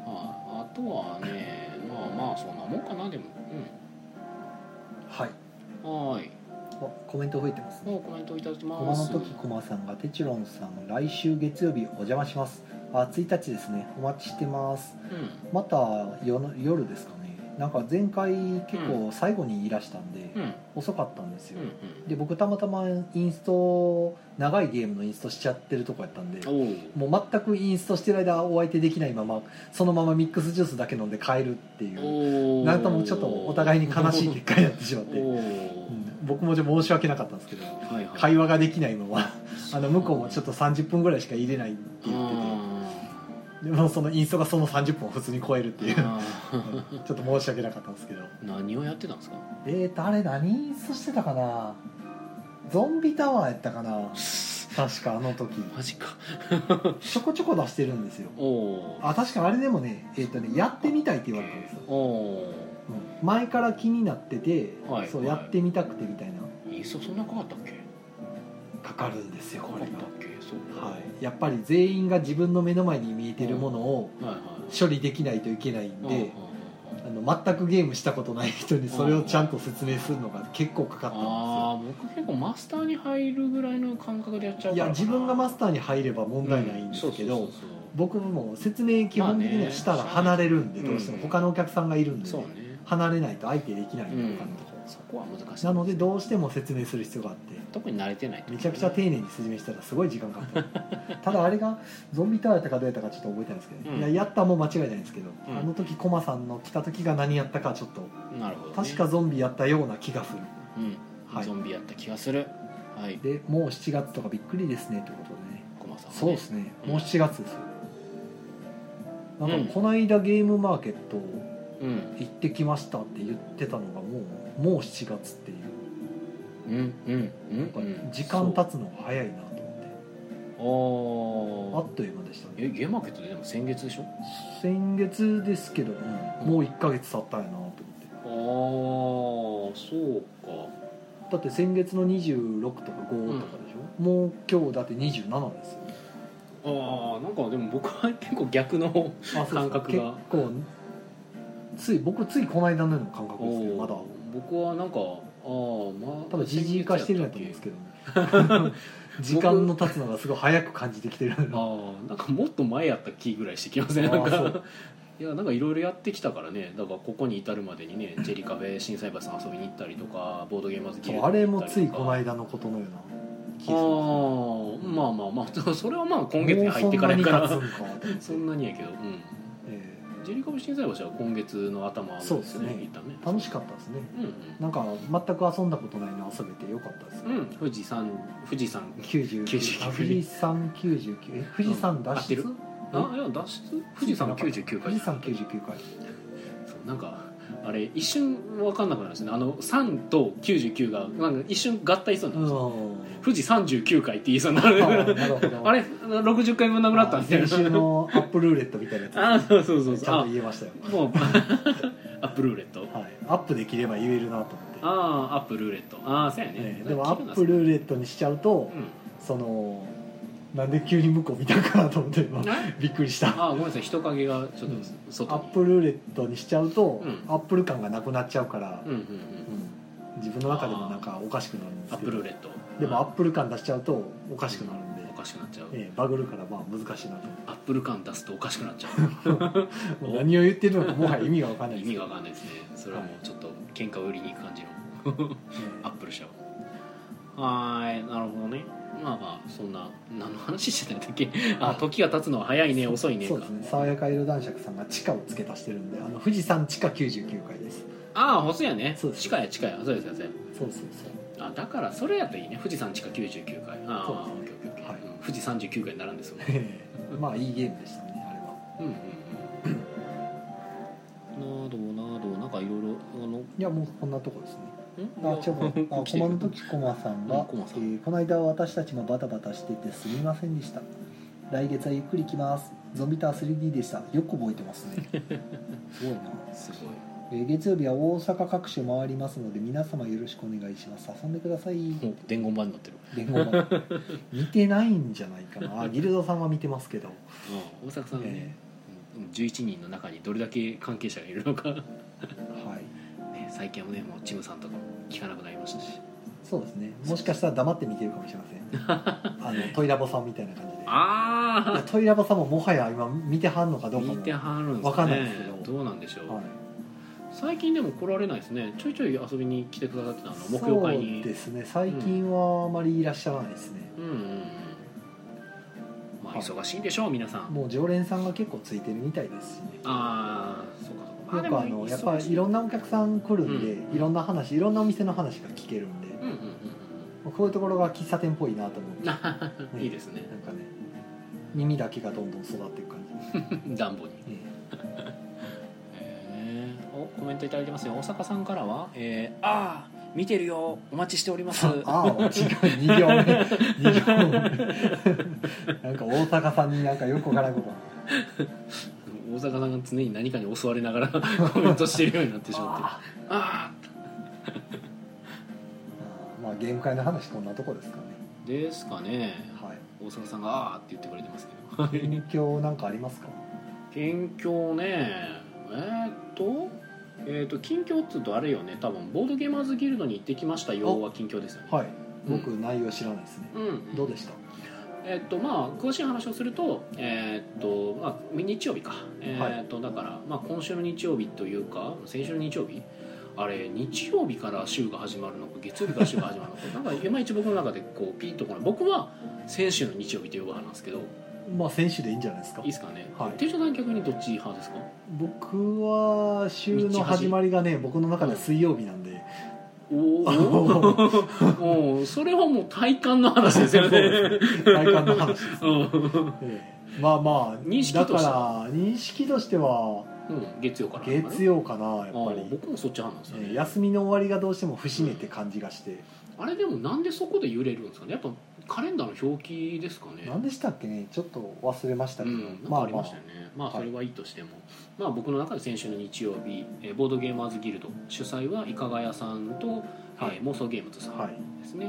[SPEAKER 1] はいあとはねまあまあそんなもんかなでも
[SPEAKER 2] はい
[SPEAKER 1] うんはーい
[SPEAKER 2] あコメント増えてますね
[SPEAKER 1] もうコメントいただき
[SPEAKER 2] 駒
[SPEAKER 1] ます
[SPEAKER 2] の時駒さんが「テチロンさん来週月曜日お邪魔します」あ1日ですねお待ちしてます
[SPEAKER 1] う
[SPEAKER 2] また夜の夜ですかねなんか前回結構最後にいらしたんで、
[SPEAKER 1] んうん
[SPEAKER 2] 遅かったんですよ、
[SPEAKER 1] うん
[SPEAKER 2] で僕たまたまインスト長いゲームのインストしちゃってるとこやったんで
[SPEAKER 1] うんおう
[SPEAKER 2] もう全くインストしてる間お相手できないままそのままミックスジュースだけ飲んで帰るっていう
[SPEAKER 1] お
[SPEAKER 2] なんともちょっとお互いに悲しい結果になってしまっ
[SPEAKER 1] お
[SPEAKER 2] て、う
[SPEAKER 1] お、
[SPEAKER 2] ん僕もじゃ申し訳なかったんですけど
[SPEAKER 1] はいはい
[SPEAKER 2] 会話ができないままあの向こうもちょ
[SPEAKER 1] っ
[SPEAKER 2] っと30分ぐらいしか入れないって言っててでもそのインストがその30分を普通に超えるっていうちょ っと申し訳なかったんですけど
[SPEAKER 1] 何をやってたんですか
[SPEAKER 2] えーとあれ何インストしてたかなゾンビタワーやったかな確かあの時
[SPEAKER 1] マジか
[SPEAKER 2] ちょこちょこ出してるんですよ
[SPEAKER 1] おお
[SPEAKER 2] あ確かあれでもねえっ、とねやってみたいって言われたんですよ、
[SPEAKER 1] おお
[SPEAKER 2] うん前から気になってて、
[SPEAKER 1] はい
[SPEAKER 2] そう
[SPEAKER 1] は
[SPEAKER 2] や
[SPEAKER 1] い
[SPEAKER 2] ってみたくてみたいな
[SPEAKER 1] インストそんなかかったっけ
[SPEAKER 2] かかるんですよ
[SPEAKER 1] かか
[SPEAKER 2] こ
[SPEAKER 1] った
[SPEAKER 2] れ
[SPEAKER 1] っ
[SPEAKER 2] が、
[SPEAKER 1] けそう
[SPEAKER 2] はい、やっぱり全員が自分の目の前に見えてるものを
[SPEAKER 1] はいはい
[SPEAKER 2] 処理できないといけないん
[SPEAKER 1] うんうんうん
[SPEAKER 2] で、あの全くゲームしたことない人にそれをちゃんと説明するのが結構かかったんですよ
[SPEAKER 1] ああ僕結構マスターに入るぐらいの感覚でやっちゃう
[SPEAKER 2] い
[SPEAKER 1] から
[SPEAKER 2] や自分がマス
[SPEAKER 1] タ
[SPEAKER 2] ターに入れば問題ないんですけど、
[SPEAKER 1] そう
[SPEAKER 2] 僕も説明基本的にはしたら離れるんで、
[SPEAKER 1] まあね
[SPEAKER 2] どうしても他のお客さんがいるんで
[SPEAKER 1] そうそうそう
[SPEAKER 2] ね、
[SPEAKER 1] ね
[SPEAKER 2] 離れないと相手できない
[SPEAKER 1] うん
[SPEAKER 2] で他のとこ
[SPEAKER 1] そこは難しい
[SPEAKER 2] なのでどうしても説明する必要があって
[SPEAKER 1] 特に慣れてないと
[SPEAKER 2] めちゃくちゃ丁寧に説明したらすごい時間かかった ただあれがゾンビタワーやったかどうやったかちょっと覚えてないですけど、
[SPEAKER 1] うん
[SPEAKER 2] いややったも間違いないですけど、
[SPEAKER 1] うん
[SPEAKER 2] あの時コマさんの来た時が何やったかちょっと
[SPEAKER 1] なるほど、ね、
[SPEAKER 2] 確かゾンビやったような気がする
[SPEAKER 1] うん、
[SPEAKER 2] はい
[SPEAKER 1] ゾンビやった気がするはい
[SPEAKER 2] でもう7月とかびっくりですねということでね
[SPEAKER 1] コマさんはね
[SPEAKER 2] そうですね
[SPEAKER 1] うん
[SPEAKER 2] もう7月ですよな
[SPEAKER 1] うんん
[SPEAKER 2] かこの間ゲームマーケット
[SPEAKER 1] うん
[SPEAKER 2] 行ってきましたって言ってたのがもうもう7月っていう
[SPEAKER 1] うんうんう
[SPEAKER 2] なんんか
[SPEAKER 1] うん
[SPEAKER 2] 時間経つのが早いなと思って
[SPEAKER 1] そう
[SPEAKER 2] あ
[SPEAKER 1] ああ
[SPEAKER 2] っという間でしたね
[SPEAKER 1] えゲームマーケットででも先月でしょ
[SPEAKER 2] 先月ですけど、
[SPEAKER 1] うん
[SPEAKER 2] もう1ヶ月経ったんやなと思って
[SPEAKER 1] ああそうか
[SPEAKER 2] だって先月の26とか5とかでしょ、もう今日だって27ですよ
[SPEAKER 1] ああなんかでも僕は結構逆の
[SPEAKER 2] あそうそう
[SPEAKER 1] 感覚が
[SPEAKER 2] 結構つい僕ついこの間のような感覚ですねまだ
[SPEAKER 1] おー僕はなんかああまあ
[SPEAKER 2] 多分じじい化してるんだと思うんですけどね 時間の経つのがすごい早く感じてきてるあ
[SPEAKER 1] ああなんかもっと前やった気ぐらいしてきません、
[SPEAKER 2] ー
[SPEAKER 1] なん
[SPEAKER 2] そ
[SPEAKER 1] か
[SPEAKER 2] う
[SPEAKER 1] いやなんかいろいろやってきたからねだからここに至るまでにねジェリカフェ心斎橋さん遊びに行ったりとかボードゲームズ
[SPEAKER 2] そうあれもついこの
[SPEAKER 1] い
[SPEAKER 2] 間のことのような気
[SPEAKER 1] ああまあまあまあそれはまあ今月に入ってからや
[SPEAKER 2] に
[SPEAKER 1] から
[SPEAKER 2] もう
[SPEAKER 1] そ
[SPEAKER 2] そんなに経つんかと思って
[SPEAKER 1] んなにやけどうん
[SPEAKER 2] え
[SPEAKER 1] ジェリカフェ心斎橋は今月の頭です
[SPEAKER 2] そ
[SPEAKER 1] ね
[SPEAKER 2] うですね
[SPEAKER 1] 行ったね
[SPEAKER 2] ー楽しかったですね
[SPEAKER 1] うん
[SPEAKER 2] なんか全く遊んだことないの遊べてよかったです
[SPEAKER 1] うん、うん、富士山富士山
[SPEAKER 2] 99あ富士山99え富士山脱出、
[SPEAKER 1] うんあいや脱出富士山99
[SPEAKER 2] 富
[SPEAKER 1] 回
[SPEAKER 2] 士山99回
[SPEAKER 1] そうなんかあれ一瞬分かんなくなりましたねあの3と99がなんか一瞬合体しそうに
[SPEAKER 2] う
[SPEAKER 1] なりました、
[SPEAKER 2] ん
[SPEAKER 1] 富士39回って言いそうになる
[SPEAKER 2] なるほど
[SPEAKER 1] あれ60回分なくなったみたい
[SPEAKER 2] 先週
[SPEAKER 1] な
[SPEAKER 2] のアップルーレットみたいなやつ
[SPEAKER 1] ああそうそうそう
[SPEAKER 2] ち
[SPEAKER 1] そう
[SPEAKER 2] ゃん
[SPEAKER 1] あ
[SPEAKER 2] と言えましたよ
[SPEAKER 1] もう アップルーレット
[SPEAKER 2] はい、アップできれば言えるなと思って、
[SPEAKER 1] ああアップルーレットああそうやね
[SPEAKER 2] ええ
[SPEAKER 1] だ
[SPEAKER 2] でも
[SPEAKER 1] か
[SPEAKER 2] ア
[SPEAKER 1] ら
[SPEAKER 2] ップルーレットにしちゃうと、そのなんで急に向こう見たかなと思って今
[SPEAKER 1] うんあ
[SPEAKER 2] びっくりした
[SPEAKER 1] あごめんなさい人影がちょっと外
[SPEAKER 2] アッ
[SPEAKER 1] に
[SPEAKER 2] プルーレットにしちゃうと、
[SPEAKER 1] うん
[SPEAKER 2] アップル感がなくなっちゃうから、
[SPEAKER 1] うんうんうん
[SPEAKER 2] うん自分の中でもなんかおかしくなるんで
[SPEAKER 1] アッ
[SPEAKER 2] す
[SPEAKER 1] プ
[SPEAKER 2] け
[SPEAKER 1] ル
[SPEAKER 2] ど
[SPEAKER 1] ーレット
[SPEAKER 2] でもアッ
[SPEAKER 1] あ
[SPEAKER 2] プル感出しちゃうとおかしくなるんで
[SPEAKER 1] お、かしくなっちゃう、
[SPEAKER 2] ええバグるからまあ難しいなと思
[SPEAKER 1] アップル感出すとおかしくなっちゃう
[SPEAKER 2] ってもう何を言ってるのかもはや意味がわかんない
[SPEAKER 1] 意
[SPEAKER 2] です
[SPEAKER 1] 味
[SPEAKER 2] け
[SPEAKER 1] が
[SPEAKER 2] ど
[SPEAKER 1] わかんないですねそれはもうちょっと喧嘩を売りに行く感じのアップル社ははーいなるほどねまあまあそんな何の話してたんだっ けあ時が経つのは早いね遅い
[SPEAKER 2] ええ
[SPEAKER 1] ねか
[SPEAKER 2] そうですね爽やか色男爵さんが地下を付け足してるんであの富士山地下99階です
[SPEAKER 1] ああ細やね
[SPEAKER 2] そうです
[SPEAKER 1] 近い近いそうですそうです
[SPEAKER 2] そうそうそう
[SPEAKER 1] あだからそれやといいね富士山地下99階ああ
[SPEAKER 2] そう
[SPEAKER 1] オッケーオッケーオッケー
[SPEAKER 2] はい
[SPEAKER 1] うん富士39階になるんですよ ね
[SPEAKER 2] ええまあいいゲームでしたねあれは
[SPEAKER 1] うんうんうんなどなどなんかいろいろあの
[SPEAKER 2] いやもうこんなとこですね
[SPEAKER 3] あちょぼあ
[SPEAKER 1] 来てる
[SPEAKER 3] 駒の時駒さん
[SPEAKER 1] うん
[SPEAKER 3] が、え
[SPEAKER 1] 駒さん
[SPEAKER 3] ーこの間は私たちもバタバタしててすみませんでした来月はゆっくり来ますゾンビター 3D でしたよく覚えてますねすごいな
[SPEAKER 1] すご
[SPEAKER 3] えー月曜日は大阪各所回りますので皆様よろしくお願いします遊んでください
[SPEAKER 1] いもう伝言版になってる
[SPEAKER 3] 伝言版
[SPEAKER 2] 見てないんじゃないかなあギルドさんは見てますけど、
[SPEAKER 1] 大阪さんはねう
[SPEAKER 2] え、
[SPEAKER 1] ん11人の中にどれだけ関係者がいるのか、ね、
[SPEAKER 3] はい
[SPEAKER 1] 最近はねもうチムさんとかも聞かなくなりましたし
[SPEAKER 2] ーそうですねもしかしたら黙って見てるかもしれません あのトイラボさんみたいな感じでいや
[SPEAKER 1] あ
[SPEAKER 2] トイラボさんももはや今見てはん のか
[SPEAKER 1] あ
[SPEAKER 2] どうかも
[SPEAKER 1] 見てはるんですね
[SPEAKER 2] わかんないですけど
[SPEAKER 1] うなんでしょう、
[SPEAKER 2] はい
[SPEAKER 1] 最近でも来られないですねちょいちょい遊びに来てくださってたあの木曜会
[SPEAKER 2] そう
[SPEAKER 1] に
[SPEAKER 2] ですね最近はあまりいらっしゃらないですね、
[SPEAKER 1] うんうんうんまあ
[SPEAKER 2] はい
[SPEAKER 1] 忙しいんでしょう皆さん
[SPEAKER 2] もう常連さんが結構ついてるみたいですしね
[SPEAKER 1] ああそうかそうかま
[SPEAKER 2] な
[SPEAKER 1] あ
[SPEAKER 2] ん
[SPEAKER 1] で
[SPEAKER 2] か
[SPEAKER 1] も
[SPEAKER 2] あのやっ
[SPEAKER 1] 忙
[SPEAKER 2] ぱ
[SPEAKER 1] し
[SPEAKER 2] りいろんなお客さん来るんで、
[SPEAKER 1] うん
[SPEAKER 2] いろんな話いろんなお店の話が聞けるんで、
[SPEAKER 1] うんうんうん
[SPEAKER 2] こういうところが喫茶店っぽいなと思ってなんか
[SPEAKER 1] うん いいです ね
[SPEAKER 2] ね耳だけがどんどん育っていく感 じ、
[SPEAKER 1] 暖房に
[SPEAKER 2] え
[SPEAKER 1] えーおコメントいただいてますよ大阪さんからは「えーああ見てるよお待ちしております」
[SPEAKER 2] えああ違う2行目2行目なんか大阪さんになんかよくわからんこと
[SPEAKER 1] 大阪さんが常に何かに襲われながら コメントしてるようになってしまってあ
[SPEAKER 2] あー
[SPEAKER 1] あ
[SPEAKER 2] まあゲーム会の話こんなとこですかね
[SPEAKER 1] ーですかね
[SPEAKER 2] はい
[SPEAKER 1] 大阪さんが「ああ」って言ってくれてますけど
[SPEAKER 2] 勉強なんかありますか
[SPEAKER 1] 近況ねえーっとえーっと近況っつうとあれよね多分ボードゲーマーズギルドに行ってきましたよは近況ですよね、
[SPEAKER 2] はい
[SPEAKER 1] うん
[SPEAKER 2] 僕内容知らないですね、
[SPEAKER 1] うん、
[SPEAKER 2] どうでした
[SPEAKER 1] えっとまあ詳しい話をすると,、えっとまあ、日曜日か、えっとだから、まあ、今週の日曜日というか先週の日曜日あれ日曜日から週が始まるのか月曜日から週が始まるのかなん かいまいち僕の中でこうピンとこない僕は先週の日曜日という派なんですけどい
[SPEAKER 2] まあ選手でいいんじゃないですか
[SPEAKER 1] いですかね、
[SPEAKER 2] はい
[SPEAKER 1] 手帳さん逆にどっち派ですか
[SPEAKER 2] 僕は週の始まりがね僕の中では水曜日なんで、
[SPEAKER 1] お ーおーそれはもう体感の話ですよね
[SPEAKER 2] 体感の話で す、
[SPEAKER 1] うん
[SPEAKER 2] ええまあまあ
[SPEAKER 1] 認識と
[SPEAKER 2] だ
[SPEAKER 1] して
[SPEAKER 2] から認識としては
[SPEAKER 1] うん月曜からなんかね
[SPEAKER 2] 月曜かなやっぱ
[SPEAKER 1] あー
[SPEAKER 2] り、
[SPEAKER 1] 僕もそっち派なんですよ
[SPEAKER 2] え
[SPEAKER 1] ね
[SPEAKER 2] え休みの終わりがどうしても節目って感じがして、
[SPEAKER 1] あれでもなんでそこで揺れるんですかねやっぱカレンダーの表記ですかね
[SPEAKER 2] 何でしたっけねちょっと忘れました
[SPEAKER 1] う
[SPEAKER 2] けど、
[SPEAKER 1] ん、なん
[SPEAKER 2] ま
[SPEAKER 1] か
[SPEAKER 2] あ
[SPEAKER 1] あり
[SPEAKER 2] ま
[SPEAKER 1] ま
[SPEAKER 2] あ
[SPEAKER 1] したよね、まあ
[SPEAKER 2] はい
[SPEAKER 1] それはいいとしても、まあ僕の中で先週の日曜日、えーボードゲーマーズギルド主催はいかがやさんと、
[SPEAKER 2] はい
[SPEAKER 1] えー妄想ゲームズさ
[SPEAKER 2] は
[SPEAKER 1] ん
[SPEAKER 2] い
[SPEAKER 1] ですね、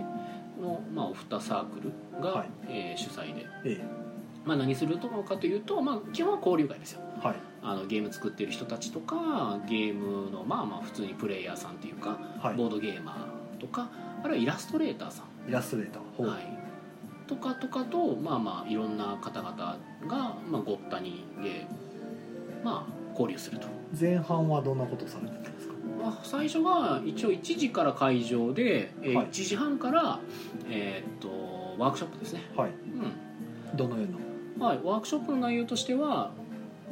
[SPEAKER 1] の、まあ、お二サークルが、
[SPEAKER 2] はい
[SPEAKER 1] えー主催で、
[SPEAKER 2] ええ
[SPEAKER 1] まあ、何するのかというと、まあ、基本は交流会ですよ
[SPEAKER 2] はい
[SPEAKER 1] あのゲーム作ってる人たちとかゲームのまあまあ普通にプレイヤーさんというか、
[SPEAKER 2] は
[SPEAKER 1] ボードゲーマーとかあるいはイラストレーターさん
[SPEAKER 2] いイラストレーターほう
[SPEAKER 1] はい、とかとかとまあまあいろんな方々が、まあ、ごったにで、まあ、交流すると、
[SPEAKER 2] 前半はどんなことされてたんですか
[SPEAKER 1] まあ、最初が一応1時から会場で、えー
[SPEAKER 2] はい
[SPEAKER 1] 1時半から、えーっとワークショップですね、
[SPEAKER 2] はい
[SPEAKER 1] うん
[SPEAKER 2] どのような
[SPEAKER 1] はい、ワークショップの内容としては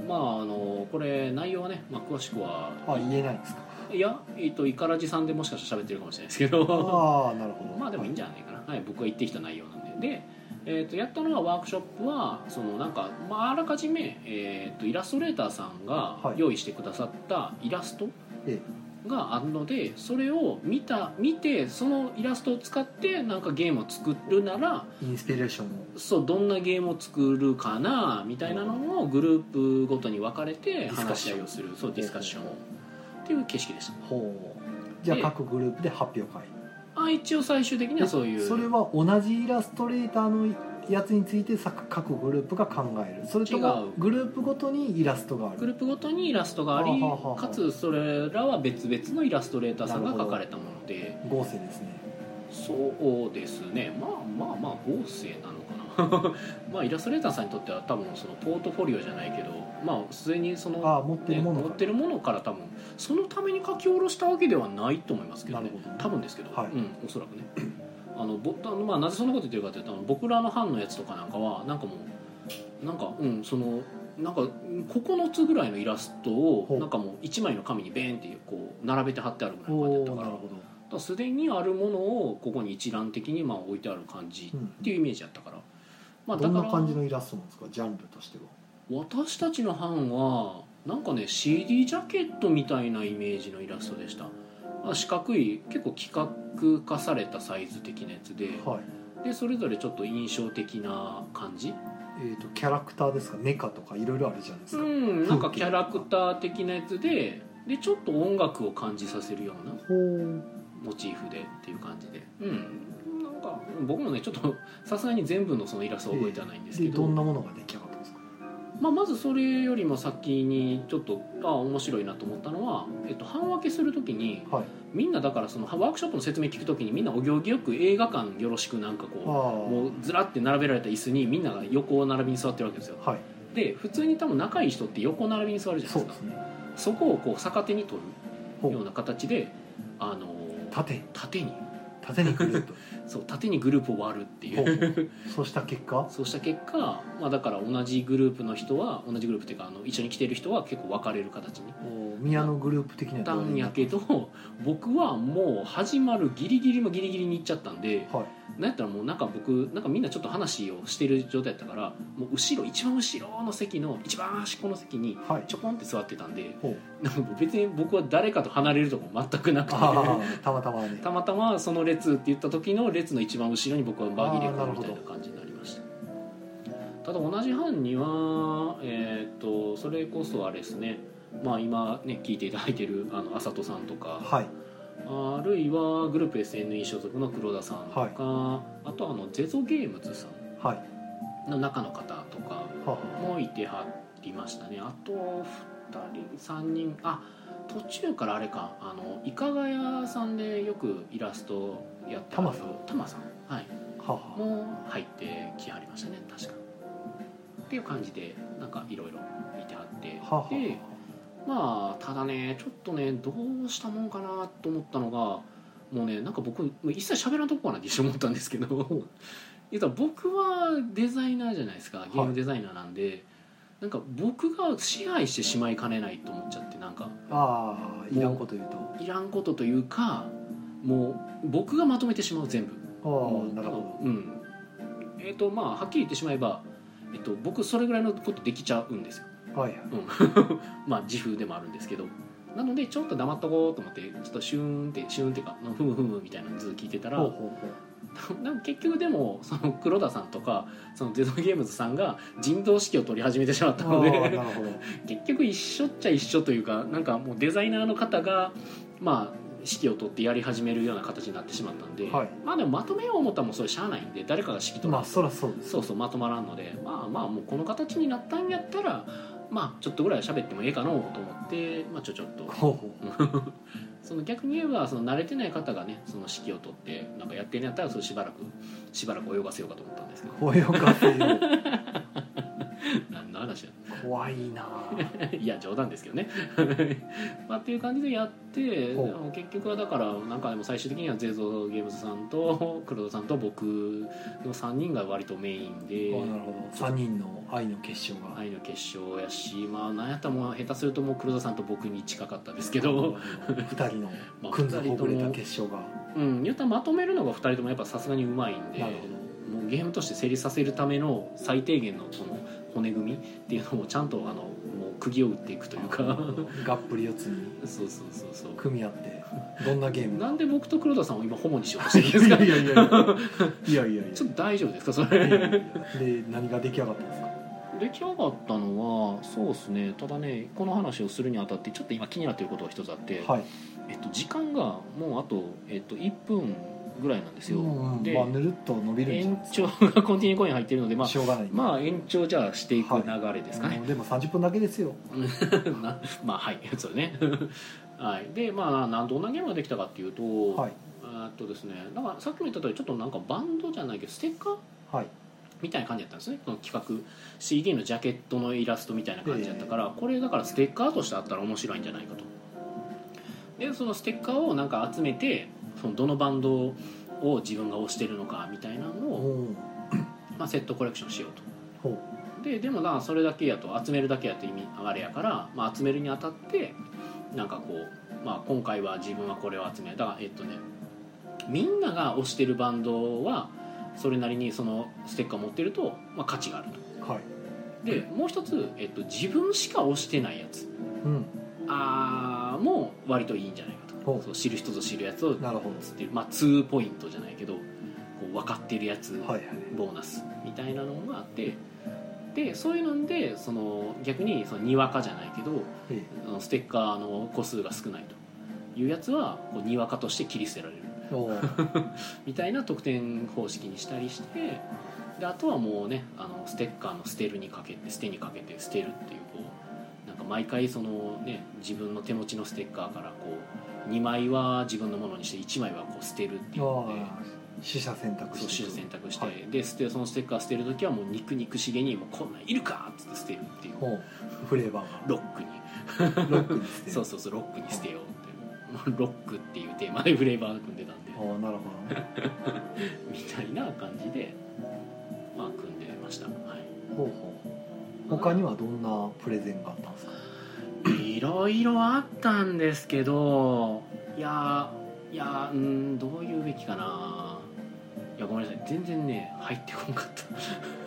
[SPEAKER 1] まああのこれ内容はね、まあ、詳しくは
[SPEAKER 2] あ言えないんですか
[SPEAKER 1] いやえーっとイカラジさんでもしかしたら喋ってるかもしれないですけど
[SPEAKER 2] ああなるほど
[SPEAKER 1] まあでもいいんじゃないかな、はい、僕が言ってきた内容なんでで、えー、とやったのはワークショップはそのなんか、まああらかじめ、えー、とイラストレーターさんが
[SPEAKER 2] はい
[SPEAKER 1] 用意してくださったイラスト
[SPEAKER 2] え
[SPEAKER 1] があるのでそれを見た見てそのイラストを使ってなんかゲームを作るなら
[SPEAKER 2] インスピレーションを
[SPEAKER 1] そうどんなゲームを作るかなみたいなのをグループごとに分かれて
[SPEAKER 2] ィスカッ
[SPEAKER 1] 話
[SPEAKER 2] シ
[SPEAKER 1] し
[SPEAKER 2] ョン
[SPEAKER 1] 合いをするそうディスカッションをっていう形式でした
[SPEAKER 2] ほうじゃあ
[SPEAKER 1] で
[SPEAKER 2] 各グループで発表会
[SPEAKER 1] あ一応最終的にはそういう
[SPEAKER 2] それは同じイラストレーターのやつについてさ各グループが考えるそれとも
[SPEAKER 1] 違う
[SPEAKER 2] グループごとにイラストがあ
[SPEAKER 1] グ
[SPEAKER 2] る
[SPEAKER 1] ループごとにイラストがあり
[SPEAKER 2] はあはあはあ
[SPEAKER 1] かつそれらは別々のイラストレーターさんが描かれたもので
[SPEAKER 2] 合成ですね
[SPEAKER 1] そうですねまあまあまあ合成なのかな まあイラストレーターさんにとっては多分そのポートフォリオじゃないけどまあすでにその、
[SPEAKER 2] ああ持って
[SPEAKER 1] ね、
[SPEAKER 2] るもの
[SPEAKER 1] 持ってるものから多分そのために書き下ろしたわけではないと思いますけどね
[SPEAKER 2] なるほど
[SPEAKER 1] 多分ですけど、
[SPEAKER 2] はい
[SPEAKER 1] うん、おそらくねあのぼあの、まあ、なぜそんなこと言ってるかというとあの僕らの班のやつとかなんかはなんかもうなんかうんそのなんか9つぐらいのイラスト
[SPEAKER 2] ほ
[SPEAKER 1] を
[SPEAKER 2] う
[SPEAKER 1] なんかもう1枚の紙にベーンっていうこう並べて貼ってあるぐらいの感じだ
[SPEAKER 2] お
[SPEAKER 1] ったか
[SPEAKER 2] おな
[SPEAKER 1] ら
[SPEAKER 2] る
[SPEAKER 1] だ
[SPEAKER 2] ほ
[SPEAKER 1] か
[SPEAKER 2] ど
[SPEAKER 1] らすでにあるものをここに一覧的にまあ置いてある感じ
[SPEAKER 2] うん
[SPEAKER 1] っていうイメージだったから、まあ、だ
[SPEAKER 2] どん
[SPEAKER 1] か
[SPEAKER 2] な感じ
[SPEAKER 1] ら
[SPEAKER 2] のイラストなんですかジャンルとしては
[SPEAKER 1] 私たちの班はなんかね CD ジャケットみたいなイメージのイラストでしたまあ、四角い結構規格化されたサイズ的なやつで
[SPEAKER 2] はい
[SPEAKER 1] でそれぞれちょっと印象的な感じ
[SPEAKER 2] えー、とキャラクターですかメカとかいろいろあるじゃないです
[SPEAKER 1] う
[SPEAKER 2] か、
[SPEAKER 1] んなんかキャラクター的なやつででちょっと音楽を感じさせるようなモチーフでっていう感じでうんなんか僕もねちょっとさすがに全部のそのイラストは覚えてはないんですけ
[SPEAKER 2] で
[SPEAKER 1] ど、
[SPEAKER 2] どんなものが出来上がったんですか
[SPEAKER 1] まあ、まずそれよりも先にちょっとあ面白いなと思ったのは、えっと、半分けするときに
[SPEAKER 2] はい
[SPEAKER 1] みんなだからそのワークショップの説明聞くときにみんなお行儀よく映画館よろしくなんか
[SPEAKER 2] あ
[SPEAKER 1] こう
[SPEAKER 2] あ
[SPEAKER 1] もうずらって並べられた椅子にみんなが横並びに座ってるわけですよ
[SPEAKER 2] はい
[SPEAKER 1] で普通に多分仲いい人って横並びに座るじゃない
[SPEAKER 2] そ
[SPEAKER 1] で
[SPEAKER 2] う
[SPEAKER 1] すか
[SPEAKER 2] ですね
[SPEAKER 1] そこをこう逆手に取
[SPEAKER 2] ほ
[SPEAKER 1] るよう
[SPEAKER 2] う
[SPEAKER 1] な形で、あのー
[SPEAKER 2] 縦に
[SPEAKER 1] 縦に
[SPEAKER 2] 縦にくれると
[SPEAKER 1] そう縦にグループを割るって い
[SPEAKER 2] ほ
[SPEAKER 1] う
[SPEAKER 2] うそうした結果
[SPEAKER 1] そうした結果、まあ、だから同じグループの人は同じグループっていうかあの一緒に来てる人は結構分かれる形に
[SPEAKER 2] お宮のグループ的には
[SPEAKER 1] た
[SPEAKER 2] どういうん
[SPEAKER 1] やけど僕はもう始まるギリギリのギリギリに行っちゃったんで
[SPEAKER 2] はい
[SPEAKER 1] なんやったらもうなんか僕なんかみんなちょっと話をしてる状態やったからもう後ろ一番後ろの席の一番端っこの席に
[SPEAKER 2] はい
[SPEAKER 1] ちょこんって座ってたんで
[SPEAKER 2] ほう
[SPEAKER 1] なんかもう別に僕は誰かと離れるとこ全くなくて
[SPEAKER 2] あ あたまたまね
[SPEAKER 1] たまたまその列って言った時の列の一番後ろに僕は紛れ
[SPEAKER 2] あーな
[SPEAKER 1] 込
[SPEAKER 2] る
[SPEAKER 1] む
[SPEAKER 2] ほ
[SPEAKER 1] みた
[SPEAKER 2] ど
[SPEAKER 1] いな感じになりましたただ同じ班にはえーっとそれこそあれですねまあ今ね聞いていただいてるあのあさとさんとか
[SPEAKER 2] はい
[SPEAKER 1] あるいはグループ SNE 所属の黒田さんとか、あとあのゼゾゲームズさ
[SPEAKER 2] はい
[SPEAKER 1] んの中の方とか
[SPEAKER 2] はあ
[SPEAKER 1] もいてはりましたねあと2人3人あ途中からあれかあのいかが屋さんでよくイラストやってはる
[SPEAKER 2] タマさん
[SPEAKER 1] タマさんはい
[SPEAKER 2] はあはあ
[SPEAKER 1] もう入ってきはりましたね確かっていう感じでなんかいろいろ見てはって
[SPEAKER 2] はあはあ
[SPEAKER 1] でまあただねちょっとねどうしたもんかなと思ったのがもうねなんか僕もう一切喋らんとこかなって一瞬思ったんですけど 言ったら僕はデザイナーじゃないですかゲームデザイナーなんで、なんか僕が支配してしまいかねないと思っちゃってなんか
[SPEAKER 2] ああいらんこと言うと
[SPEAKER 1] いらんことというかもう僕がまとめてしまう全部
[SPEAKER 2] あ
[SPEAKER 1] もう
[SPEAKER 2] あなるほ
[SPEAKER 1] うんえっ、とまあはっきり言ってしまえば、えっと僕それぐらいのことできちゃうんですよ
[SPEAKER 2] どはいはい
[SPEAKER 1] まあ自負でもあるんですけどなのでちょっと黙っとこうと思ってちょっとシューンってシューンっていうかふむふむみたいなのずっと聞いてたら
[SPEAKER 2] ほうほうほ
[SPEAKER 1] なんか結局でもその黒田さんとかそのゼゾゲームズさんが人道指揮を取り始めてしまったの
[SPEAKER 2] うああなる
[SPEAKER 1] で
[SPEAKER 2] ほど
[SPEAKER 1] 結局一緒っちゃ一緒というかなんかもうデザイナーの方がまあ指揮を取ってやり始めるような形になってしまったんで、
[SPEAKER 2] はい
[SPEAKER 1] まあでもまとめよう思ったらもうそれしゃあないんで誰かが指揮取る
[SPEAKER 2] まあそらそうです
[SPEAKER 1] そうそうまとまらんのでまあまあもうこの形になったんやったらまあちょっとぐらいは喋ってもええかのうと思って、まあ、ちょちょっと
[SPEAKER 2] ほうほ
[SPEAKER 1] その逆に言えばその慣れてない方がねその指揮を取ってなんかやってんやったらそれしばらくしばらく泳がせようかと思ったんですけど
[SPEAKER 2] うほうよかせよ
[SPEAKER 1] 何の話や
[SPEAKER 2] 怖いなあ
[SPEAKER 1] いや冗談ですけどね まあっていう感じでやって
[SPEAKER 2] ほう
[SPEAKER 1] でも結局はだからなんかでも最終的にはゼゾゲームズさんと黒田さんと僕の3人が割とメインで
[SPEAKER 2] ああなるほど三人の愛の結晶が
[SPEAKER 1] 愛の結晶やしまあなんやったらもう下手するともう黒田さんと僕に近かったですけど
[SPEAKER 2] 二人
[SPEAKER 1] ま
[SPEAKER 2] の
[SPEAKER 1] あ
[SPEAKER 2] くんずほぐれた結晶が
[SPEAKER 1] うん言ったらまとめるのが2人ともやっぱさすがにうまいんで
[SPEAKER 2] なるほ
[SPEAKER 1] もうゲームとして成立させるための最低限のこの骨組みっていうのをちゃんとあのもう釘を打っていくというか
[SPEAKER 2] がっぷり四つに
[SPEAKER 1] そうそうそうそう
[SPEAKER 2] 組み合ってどんなゲーム
[SPEAKER 1] なんで僕と黒田さんを今ホモにしようとしてるんです
[SPEAKER 2] い
[SPEAKER 1] か
[SPEAKER 2] やいやいやいやいやいやいや
[SPEAKER 1] ちょっと大丈夫ですかそ
[SPEAKER 2] いやい
[SPEAKER 1] れ
[SPEAKER 2] やいやで何が出来上がったんですか
[SPEAKER 1] 出来上がったのはそうですねただねこの話をするにあたってちょっと今気になってることが一つあって、
[SPEAKER 2] はい、
[SPEAKER 1] えっと、時間がもうあと、えっと、1分ぐらいなんですよ、
[SPEAKER 2] うん
[SPEAKER 1] で、
[SPEAKER 2] まあぬるっと伸びるんじゃ
[SPEAKER 1] 延
[SPEAKER 2] ないです
[SPEAKER 1] 長がコンティニューコイン入ってるのでま
[SPEAKER 2] か
[SPEAKER 1] あ
[SPEAKER 2] しょうがない
[SPEAKER 1] まあ延長じゃあしていく流れですかね、
[SPEAKER 2] うんでも30分だけですよ
[SPEAKER 1] な まあはいそうね はいでまあなどんなゲームができたかっていうと、
[SPEAKER 2] はい
[SPEAKER 1] えーっとですねだからさっきも言った通りちょっとなんかバンドじゃないけどステッカー
[SPEAKER 2] はい
[SPEAKER 1] みたいな感じだったんですねこの企画 CD のジャケットのイラストみたいな感じだったから、これだからステッカーとしてあったら面白いんじゃないかとでそのステッカーをなんか集めてそのどのバンドを自分が推してるのかみたいなのを、
[SPEAKER 2] うん
[SPEAKER 1] まあ、セットコレクションしようと
[SPEAKER 2] ほう
[SPEAKER 1] ででもなそれだけやと集めるだけやと意味あれやから、まあ、集めるにあたってなんかこう、まあ、今回は自分はこれを集めるだからえっとねみんなが推してるバンドはそれなりにそのステッカー持ってると、まあ、価値があると
[SPEAKER 2] はい
[SPEAKER 1] でもう一つ、えっと、自分しか推してないやつ
[SPEAKER 2] うん
[SPEAKER 1] あーも割といいんじゃないかと
[SPEAKER 2] ほ
[SPEAKER 1] そう知る人ぞ知るやつを
[SPEAKER 2] うなるほ
[SPEAKER 1] つっていうまあ2ポイントじゃないけどこう分かってるやつ
[SPEAKER 2] どはいはい
[SPEAKER 1] ボーナスみたいなのがあってでそういうのでその逆にそのにわかじゃないけど
[SPEAKER 2] え
[SPEAKER 1] あのステッカーの個数が少ないというやつはこうにわかとして切り捨てられる
[SPEAKER 2] えおー
[SPEAKER 1] みたいな得点方式にしたりしてであとはもうねあのステッカーの捨てるにかけて捨てにかけて捨てるっていうこうなんか毎回そのね自分の手持ちのステッカーからこう2枚は自分のものにして1枚はこう捨てるっていうので。
[SPEAKER 2] あー死者選択
[SPEAKER 1] そう
[SPEAKER 2] 肢
[SPEAKER 1] 手術選択して、
[SPEAKER 2] はい
[SPEAKER 1] で捨てそのステッカー捨てる時はもう肉肉しげに「もうこんなんいるか!」っつって捨てるっていう
[SPEAKER 2] ほうフレーバ
[SPEAKER 1] ロックに
[SPEAKER 2] ーがロックにして
[SPEAKER 1] そうそうそうロックに捨てようっていう ロックっていうテーマでフレーバー組んでたんで
[SPEAKER 2] おーなるほどね
[SPEAKER 1] みたいな感じで、まあ、組んでました、は
[SPEAKER 2] ほうほう他にはどんなプレゼンがあったんですか
[SPEAKER 1] い、いろいろあったんですけどいやーいやーうーんどういうべきかないやごめんなさい全然ね入ってこんかっ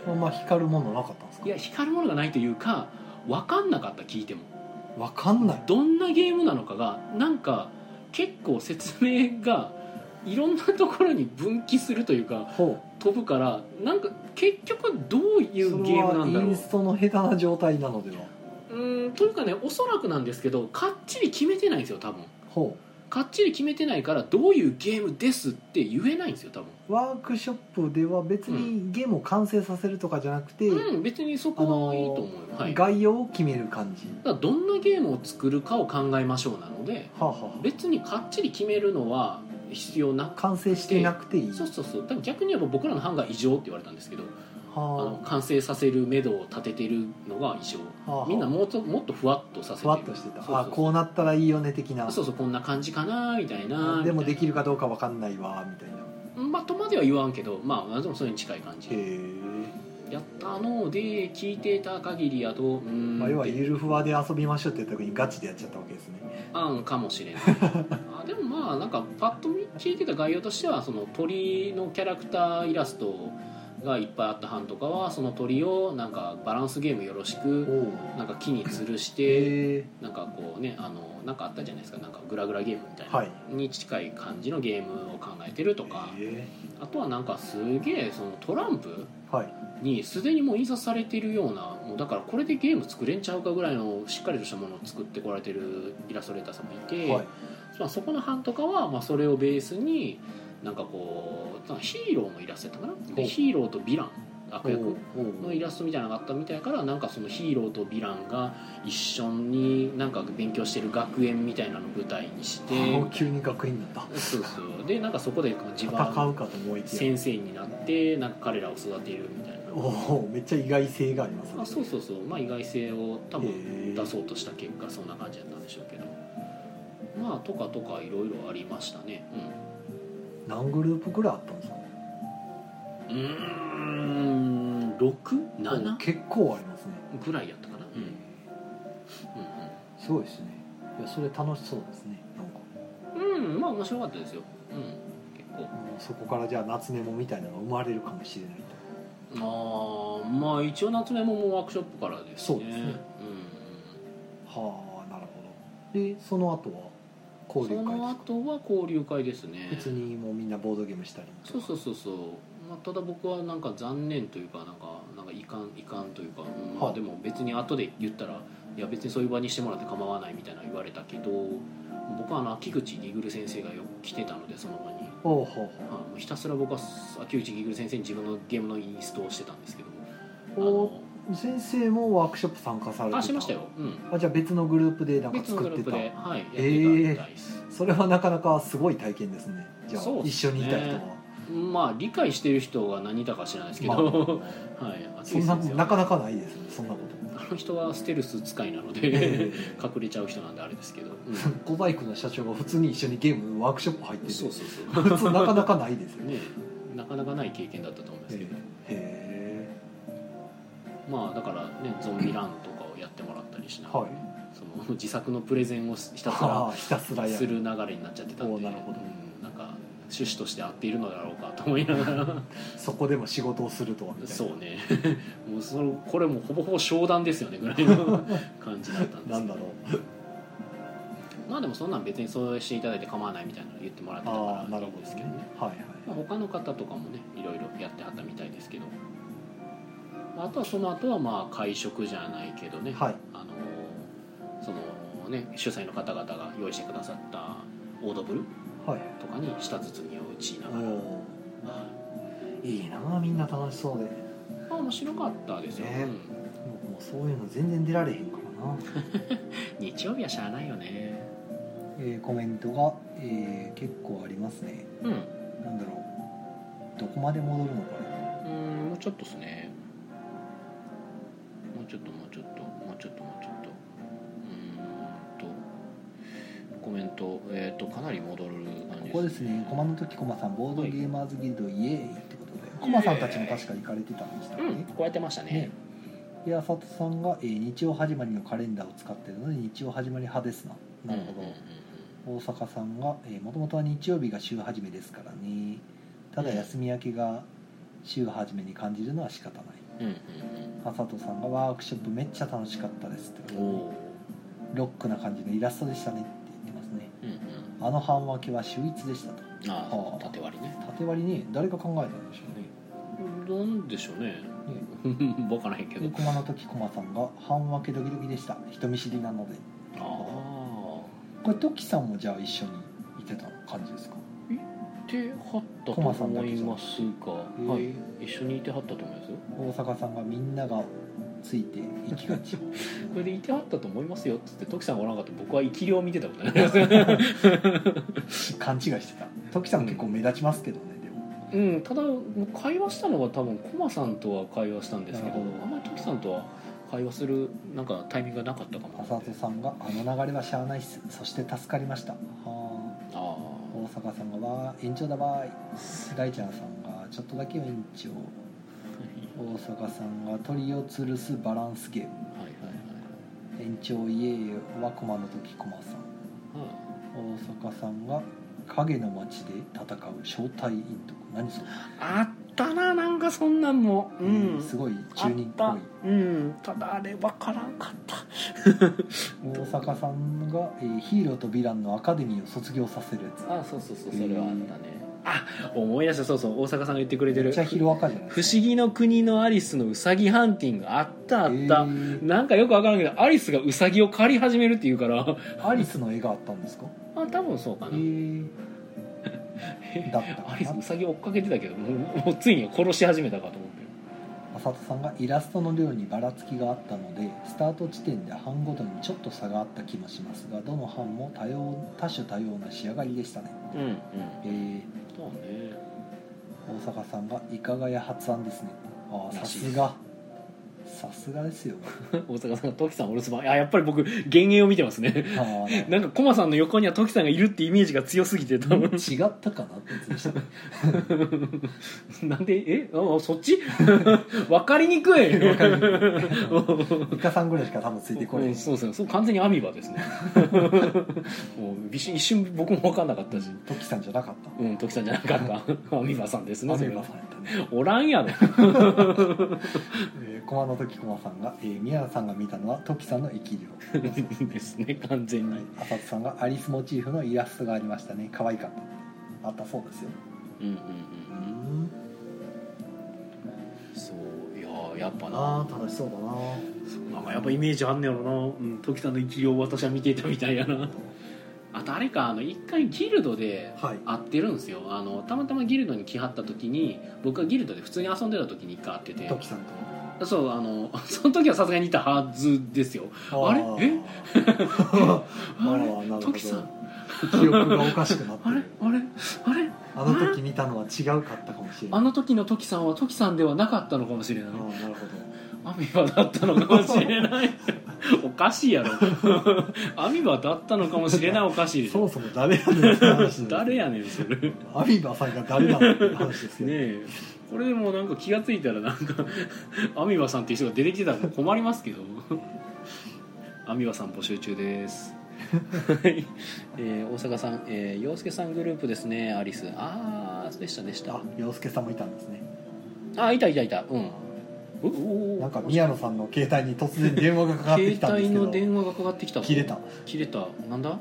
[SPEAKER 1] た
[SPEAKER 2] あんま光るものなかったんですか
[SPEAKER 1] いや光るものがないというか分かんなかった聞いても
[SPEAKER 2] わかんない
[SPEAKER 1] どんなゲームなのかがなんか結構説明がいろんなところに分岐するというか
[SPEAKER 2] ほう
[SPEAKER 1] 飛ぶからなんか結局どういうゲームなんだ
[SPEAKER 2] それは
[SPEAKER 1] ろ
[SPEAKER 2] イ
[SPEAKER 1] う
[SPEAKER 2] ンストの下手な状態なのでは
[SPEAKER 1] うーんというかねおそらくなんですけどかっちり決めてないんですよ多分
[SPEAKER 2] ほ
[SPEAKER 1] かっちり決めてないからどういうゲームですって言えないんですよ多分
[SPEAKER 2] うワークショップでは別にゲームを完成させるとかじゃなくて、
[SPEAKER 1] うん別にそこはいいと思うよ、はい、だか
[SPEAKER 2] 概要を決める感じ
[SPEAKER 1] らどんなゲームを作るかを考えましょうなので
[SPEAKER 2] はあ、はあはあ
[SPEAKER 1] 別にかっちり決めるのは必要なく
[SPEAKER 2] 完成してなくていい
[SPEAKER 1] そうそうそう多分逆に言えば僕らの班が異常って言われたんですけどあの
[SPEAKER 2] は
[SPEAKER 1] 完成させる目処を立ててるのが異常
[SPEAKER 2] あはあはあ
[SPEAKER 1] みんなもうちょもっとふわっとさせて
[SPEAKER 2] ふわっとしてた
[SPEAKER 1] そうそう
[SPEAKER 2] あ
[SPEAKER 1] そう
[SPEAKER 2] こうなったらいいよね的な
[SPEAKER 1] そうそうこんな感じかなみたいな
[SPEAKER 2] でもでき
[SPEAKER 1] る
[SPEAKER 2] るかどうかわかんないわみたいな
[SPEAKER 1] まあとまでは言わんけどまあでもそれに近い感じ
[SPEAKER 2] へ
[SPEAKER 1] やったので聞いてた限りやとうー
[SPEAKER 2] え、
[SPEAKER 1] ん
[SPEAKER 2] まあ、要はゆるふわで遊びましょうって言った時にガチでやっちゃったわけですね
[SPEAKER 1] 案かもし れないあでもまあなんかパッと見聞いてた概要としてはその鳥のキャラクターイラストがいっぱいあった班とかはその鳥をなんかバランスゲームよろしく
[SPEAKER 2] お
[SPEAKER 1] なんか木に吊るして
[SPEAKER 2] へえ
[SPEAKER 1] なんかこうねあのなんかあったじゃないですかなんかグラグラゲームみたいな、
[SPEAKER 2] はい
[SPEAKER 1] に近い感じのゲームを考えてるとか
[SPEAKER 2] へ
[SPEAKER 1] あとはなんかすげえそのトランプ
[SPEAKER 2] えはい
[SPEAKER 1] にすでにもう印刷されてるようなもうだからこれでゲーム作れんちゃうかぐらいのしっかりとしたものを作ってこられてるイラストレーターさんもいて、
[SPEAKER 2] はい
[SPEAKER 1] まあ、そこの班とかは、まあ、それをベースになんかこうなんかヒーローのイラストやったかなで
[SPEAKER 2] ほう
[SPEAKER 1] ヒーローとヴィラン悪役
[SPEAKER 2] おうおう
[SPEAKER 1] のイラストみたいなのがあったみたいからなんかそのヒーローとヴィランが一緒になんか勉強してる学園みたいなのを舞台にして
[SPEAKER 2] あ急に学院だっ
[SPEAKER 1] そうそうでなんかそこで自分
[SPEAKER 2] た戦
[SPEAKER 1] は
[SPEAKER 2] うかと思いきや
[SPEAKER 1] 先生になってなんか彼らを育てるみたい
[SPEAKER 2] お
[SPEAKER 1] な
[SPEAKER 2] おめっちゃ意外性がありますね
[SPEAKER 1] あそうそうそうまあ意外性を多分
[SPEAKER 2] へー
[SPEAKER 1] 出そうとした結果そんな感じだったんでしょうけどまあとかとかいろいろありましたね
[SPEAKER 2] 何グループぐらいあったんですか
[SPEAKER 1] うんうーん
[SPEAKER 2] お
[SPEAKER 1] 67
[SPEAKER 2] 結構ありますね
[SPEAKER 1] ぐらいやったかなうんうんうん
[SPEAKER 2] すごいですねいやそれ楽しそうですねなんか
[SPEAKER 1] うんまあ面白かったですよ、うん、結
[SPEAKER 2] うんそこからじゃあ夏メモみたいなのが生まれるかもしれないと
[SPEAKER 1] 構ああまあ一応夏目ももうワークショップからですね
[SPEAKER 2] そうですねはあなるほどでその後は
[SPEAKER 1] うん、
[SPEAKER 2] 交流
[SPEAKER 1] その
[SPEAKER 2] 会ですか
[SPEAKER 1] 後は交流会ですね
[SPEAKER 2] 別にもうみんなボードゲームしたり
[SPEAKER 1] そ
[SPEAKER 2] とか
[SPEAKER 1] うそうそうそう、まあ、ただ僕はなんか残念というかなんかなんかいかんいかんというか、うんま
[SPEAKER 2] は
[SPEAKER 1] あ、
[SPEAKER 2] い
[SPEAKER 1] でも別に後で言ったらいや別にそういう場にしてもらって構わないみたいな言われたけど僕はあの秋口リグル先生がよく来てたのでその場に
[SPEAKER 2] おうほう
[SPEAKER 1] あもうひたすら僕は秋口リグル先生に自分のゲームのインストをしてたんですけど
[SPEAKER 2] ほう
[SPEAKER 1] あ
[SPEAKER 2] お
[SPEAKER 1] の
[SPEAKER 2] う先生もワークショップ参加されて
[SPEAKER 1] あしましたよ、うん、
[SPEAKER 2] あじゃあ別のグループでなんか
[SPEAKER 1] 別の
[SPEAKER 2] 作
[SPEAKER 1] グ
[SPEAKER 2] っ
[SPEAKER 1] ル
[SPEAKER 2] て
[SPEAKER 1] ープ
[SPEAKER 2] た
[SPEAKER 1] で、はい、やってた
[SPEAKER 2] えー
[SPEAKER 1] みたいです、
[SPEAKER 2] それはなかなかすごい体験ですねじゃあ
[SPEAKER 1] そうっすね
[SPEAKER 2] 一緒にいた人は、
[SPEAKER 1] まあ理解してる人が何だか知らないですけ
[SPEAKER 2] ま
[SPEAKER 1] ど、
[SPEAKER 2] あ
[SPEAKER 1] はい
[SPEAKER 2] そん
[SPEAKER 1] 熱
[SPEAKER 2] な
[SPEAKER 1] いですよ
[SPEAKER 2] なかなかないですねそんなこと
[SPEAKER 1] あの人はステルス使いなので、
[SPEAKER 2] ええ
[SPEAKER 1] 隠れちゃう人なんであれですけど、うん
[SPEAKER 2] 小細工の社長が普通に一緒にゲームワークショップ入ってて
[SPEAKER 1] そうそうそう
[SPEAKER 2] 普通なかなかないですよね
[SPEAKER 1] ねなかなかない経験だったと思うんですけど、
[SPEAKER 2] へ
[SPEAKER 1] まあだからねゾンビランとかをやってもらったりし
[SPEAKER 2] え
[SPEAKER 1] ながら、
[SPEAKER 2] はい
[SPEAKER 1] その自作のプレゼンをひたす
[SPEAKER 2] あ
[SPEAKER 1] ら
[SPEAKER 2] あひたすらや
[SPEAKER 1] す
[SPEAKER 2] る
[SPEAKER 1] る流れになっちゃってたん
[SPEAKER 2] お
[SPEAKER 1] で
[SPEAKER 2] なるほど
[SPEAKER 1] うんなんか趣旨として合っているのだろうかと思いながら。
[SPEAKER 2] そこでも仕事をするとはみたいな
[SPEAKER 1] そうね もうそのこれも うほぼほぼ商談ですよねぐらいの感じだったんですけど
[SPEAKER 2] なんだろう
[SPEAKER 1] まあでもそんなん別にそうしていただいて構わないみたいなの言ってもらってた
[SPEAKER 4] ああ
[SPEAKER 1] か
[SPEAKER 4] な
[SPEAKER 1] ら
[SPEAKER 4] る
[SPEAKER 1] いい
[SPEAKER 4] ほど
[SPEAKER 1] んです
[SPEAKER 4] ね
[SPEAKER 1] けどね
[SPEAKER 4] はいはい
[SPEAKER 1] まあ、他の方とかもねいろいろやってはったみたいですけどあとはその後はまあ会食じゃないけどね、
[SPEAKER 4] はい
[SPEAKER 1] あのーそのね主催の方々が用意してくださったオードブル
[SPEAKER 4] はい
[SPEAKER 1] とかに舌包みを打ちな
[SPEAKER 4] お
[SPEAKER 1] がら、はい
[SPEAKER 4] おーいいなあみんな楽しそうで
[SPEAKER 1] まあ面白かったですよ、
[SPEAKER 4] ね
[SPEAKER 1] うん
[SPEAKER 4] 僕もうそういうの全然出られへんからな
[SPEAKER 1] 日曜日はしゃあないよね
[SPEAKER 2] えーコメントが、えー結構ありますね
[SPEAKER 1] うん
[SPEAKER 2] なんだろうどこまで戻るのこれ
[SPEAKER 1] うんもうちょっとですねもうちょっともうちょっともうちょっともうちょっとうーんとコメントえっ、とかなり戻る感じ
[SPEAKER 2] ここですね駒の時駒さんボードゲーマーズギルドイエーイってことで駒さんたちも確か行かれてたんでしたっけ、
[SPEAKER 1] うんこうやってましたね
[SPEAKER 2] ね宮里さんが、えー日曜始まりのカレンダーを使ってるので日曜始まり派ですななるほど、大阪さんが、えー、もともとは日曜日が週始めですからねただ休み明けが週始めに感じるのは仕方ない
[SPEAKER 1] うんうん
[SPEAKER 2] 正人さんがワークショップめっちゃ楽しかったですって
[SPEAKER 1] うんうん
[SPEAKER 2] こと
[SPEAKER 1] お
[SPEAKER 2] で
[SPEAKER 1] お
[SPEAKER 2] ロックな感じのイラストでしたねって言ってますね
[SPEAKER 1] うんうん
[SPEAKER 2] あの半分けは秀逸でしたと
[SPEAKER 1] あ
[SPEAKER 2] は
[SPEAKER 1] あ
[SPEAKER 2] あ
[SPEAKER 1] 縦割りね
[SPEAKER 2] 縦割りね誰が考えたんでしょ
[SPEAKER 1] なんでしょうね
[SPEAKER 2] うねね
[SPEAKER 1] わからへんけ
[SPEAKER 2] で
[SPEAKER 1] ど
[SPEAKER 2] 駒の時駒さんが半分けドキドキでした人見知りなので
[SPEAKER 1] ああ
[SPEAKER 2] これ時さんもじゃあ一緒にいてた感じですか
[SPEAKER 1] 手はったと思いますが、
[SPEAKER 2] ん
[SPEAKER 1] はい、一緒にいてはったと思いますよ
[SPEAKER 2] 大阪さんがみんながついて行きが ち
[SPEAKER 1] それでいてはったと思いますよっつって時さんがおらんかったら僕は生き量を見てたことになります
[SPEAKER 2] 勘違いしてた時さん結構目立ちますけどねでも
[SPEAKER 1] うんただ会話したのは多分コマさんとは会話したんですけど
[SPEAKER 2] なるほど
[SPEAKER 1] あんまり時さんとは会話するなんかタイミングがなかったかも
[SPEAKER 2] 浅戸さんが「あの流れはしゃあないっすそして助かりました」はあ
[SPEAKER 1] あ
[SPEAKER 2] 大阪さんが「わあ延長だわーい」大ちゃんさんが「ちょっとだけは延長」
[SPEAKER 1] あ
[SPEAKER 2] 大阪さんが「鳥を吊るすバランスゲーム
[SPEAKER 1] はいはいはい」
[SPEAKER 2] 延長イエーイは駒の時駒さん
[SPEAKER 1] はい
[SPEAKER 2] 大阪さんが「影の街で戦う招待陰徳」何それ、
[SPEAKER 1] あったななんかそんなんもうん、
[SPEAKER 2] すごい中人っぽ
[SPEAKER 1] あっ
[SPEAKER 2] い
[SPEAKER 1] たうんただあれわからんかった
[SPEAKER 2] 大阪さんが、えーヒーローとヴィランのアカデミーを卒業させるやつ
[SPEAKER 1] あそうそうそうそれはあったね、あ思い出したそうそう大阪さんが言ってくれて
[SPEAKER 2] め
[SPEAKER 1] る
[SPEAKER 2] っちゃヒロアカじゃない
[SPEAKER 1] 不思議の国のアリスのウサギハンティングあったあった、
[SPEAKER 2] えー
[SPEAKER 1] なんかよくわからんけどアリスがウサギを狩り始めるっていうから
[SPEAKER 2] アリスの絵があったんですか
[SPEAKER 1] あ多分そうかな、
[SPEAKER 2] だった
[SPEAKER 1] ア
[SPEAKER 2] か
[SPEAKER 1] リス
[SPEAKER 2] な
[SPEAKER 1] ウサギ追っかけてたけどもうもうついには殺し始めたかと思って
[SPEAKER 2] 浅田さんがイラストの量にばらつきがあったのでスタート地点で班ごとにちょっと差があった気もしますがどの班も多様多種多様な仕上がりでしたね、
[SPEAKER 1] うんうん
[SPEAKER 2] えー
[SPEAKER 1] そうね
[SPEAKER 2] 大阪さんが「いかがや発案ですね」ああ
[SPEAKER 1] ら
[SPEAKER 2] さ
[SPEAKER 1] しいです
[SPEAKER 2] すがさすがですよ
[SPEAKER 1] 大阪さんがトキさんお留守番あやっぱり僕幻影を見てますね
[SPEAKER 2] ああ
[SPEAKER 1] なんかコマさんの横にはトキさんがいるってイメージが強すぎて多
[SPEAKER 2] うん
[SPEAKER 1] 分
[SPEAKER 2] 違ったかなってやつでした
[SPEAKER 1] なんでえあそっち わかりにくい
[SPEAKER 2] わかりにくいイカさんぐらいしか多分ついてこれ
[SPEAKER 1] う
[SPEAKER 2] へん
[SPEAKER 1] んそうですねそう完全にアミバです ねもう一瞬一瞬僕も分かんなかったし
[SPEAKER 2] トキさんじゃなかっ
[SPEAKER 1] うん時さんじゃなかったアミバさんです
[SPEAKER 2] た
[SPEAKER 1] ね
[SPEAKER 2] ア
[SPEAKER 1] そ
[SPEAKER 2] メ
[SPEAKER 1] れ
[SPEAKER 2] バさんやったね
[SPEAKER 1] おらんやろ
[SPEAKER 2] えー駒の時駒さんが、えー、宮野さんが見たのはトキさんの生き量
[SPEAKER 1] ですね完全に
[SPEAKER 2] 浅津さんがアリスモチーフのイラストがありましたね可愛かったあったそうですよ
[SPEAKER 1] うんうんうん
[SPEAKER 2] ん
[SPEAKER 1] そういやーやっぱな
[SPEAKER 4] ああ楽しそうだな
[SPEAKER 1] なんかやっぱイメージあんねやろな、うん、時さんの生きよう私は見ていたみたいやなあとあれかあの一回ギルドで
[SPEAKER 4] はい
[SPEAKER 1] 会ってるんですよあのたまたまギルドに来はった時に僕がギルドで普通に遊んでた時に一回会ってて
[SPEAKER 4] トキさんと
[SPEAKER 1] そうあのその時はさすがにいたはずですよあれえ
[SPEAKER 4] あ れ
[SPEAKER 1] あれ
[SPEAKER 4] なるほど
[SPEAKER 1] トキさん
[SPEAKER 4] 記憶がおかしくなって
[SPEAKER 1] あれ
[SPEAKER 4] る
[SPEAKER 1] あれあれ
[SPEAKER 4] あの時見たのは違うかったかもしれない
[SPEAKER 1] あの時のトキさんはトキさんではなかったのかもしれな
[SPEAKER 4] あ
[SPEAKER 1] い
[SPEAKER 4] ーなるほ
[SPEAKER 1] アミバだったのかもしれ ないおかしいやろアミバだったのかもしれないおかし
[SPEAKER 4] ど
[SPEAKER 1] いでし
[SPEAKER 4] そ
[SPEAKER 1] ょ
[SPEAKER 4] もそも誰やねんって話になる
[SPEAKER 1] 誰やねんそれね
[SPEAKER 4] アビバさんが誰なのって話ですよね
[SPEAKER 1] えこれでもなんか気がついたらなんかアミバさんっていう人が出てきてたら困りますけどアミバさん募集中ですはい、えー大阪さん、えー、陽介さんグループですねアリスああでしたでした
[SPEAKER 2] あ洋介さんもいたんですね
[SPEAKER 1] あいたいたいたうんおお
[SPEAKER 2] なんか宮野さんの携帯に突然電話がかかってきたん
[SPEAKER 1] 携帯
[SPEAKER 2] ですけ
[SPEAKER 1] の
[SPEAKER 2] ど
[SPEAKER 1] 電話がかかってきたぞ
[SPEAKER 2] 切れた
[SPEAKER 1] 切れたなん だ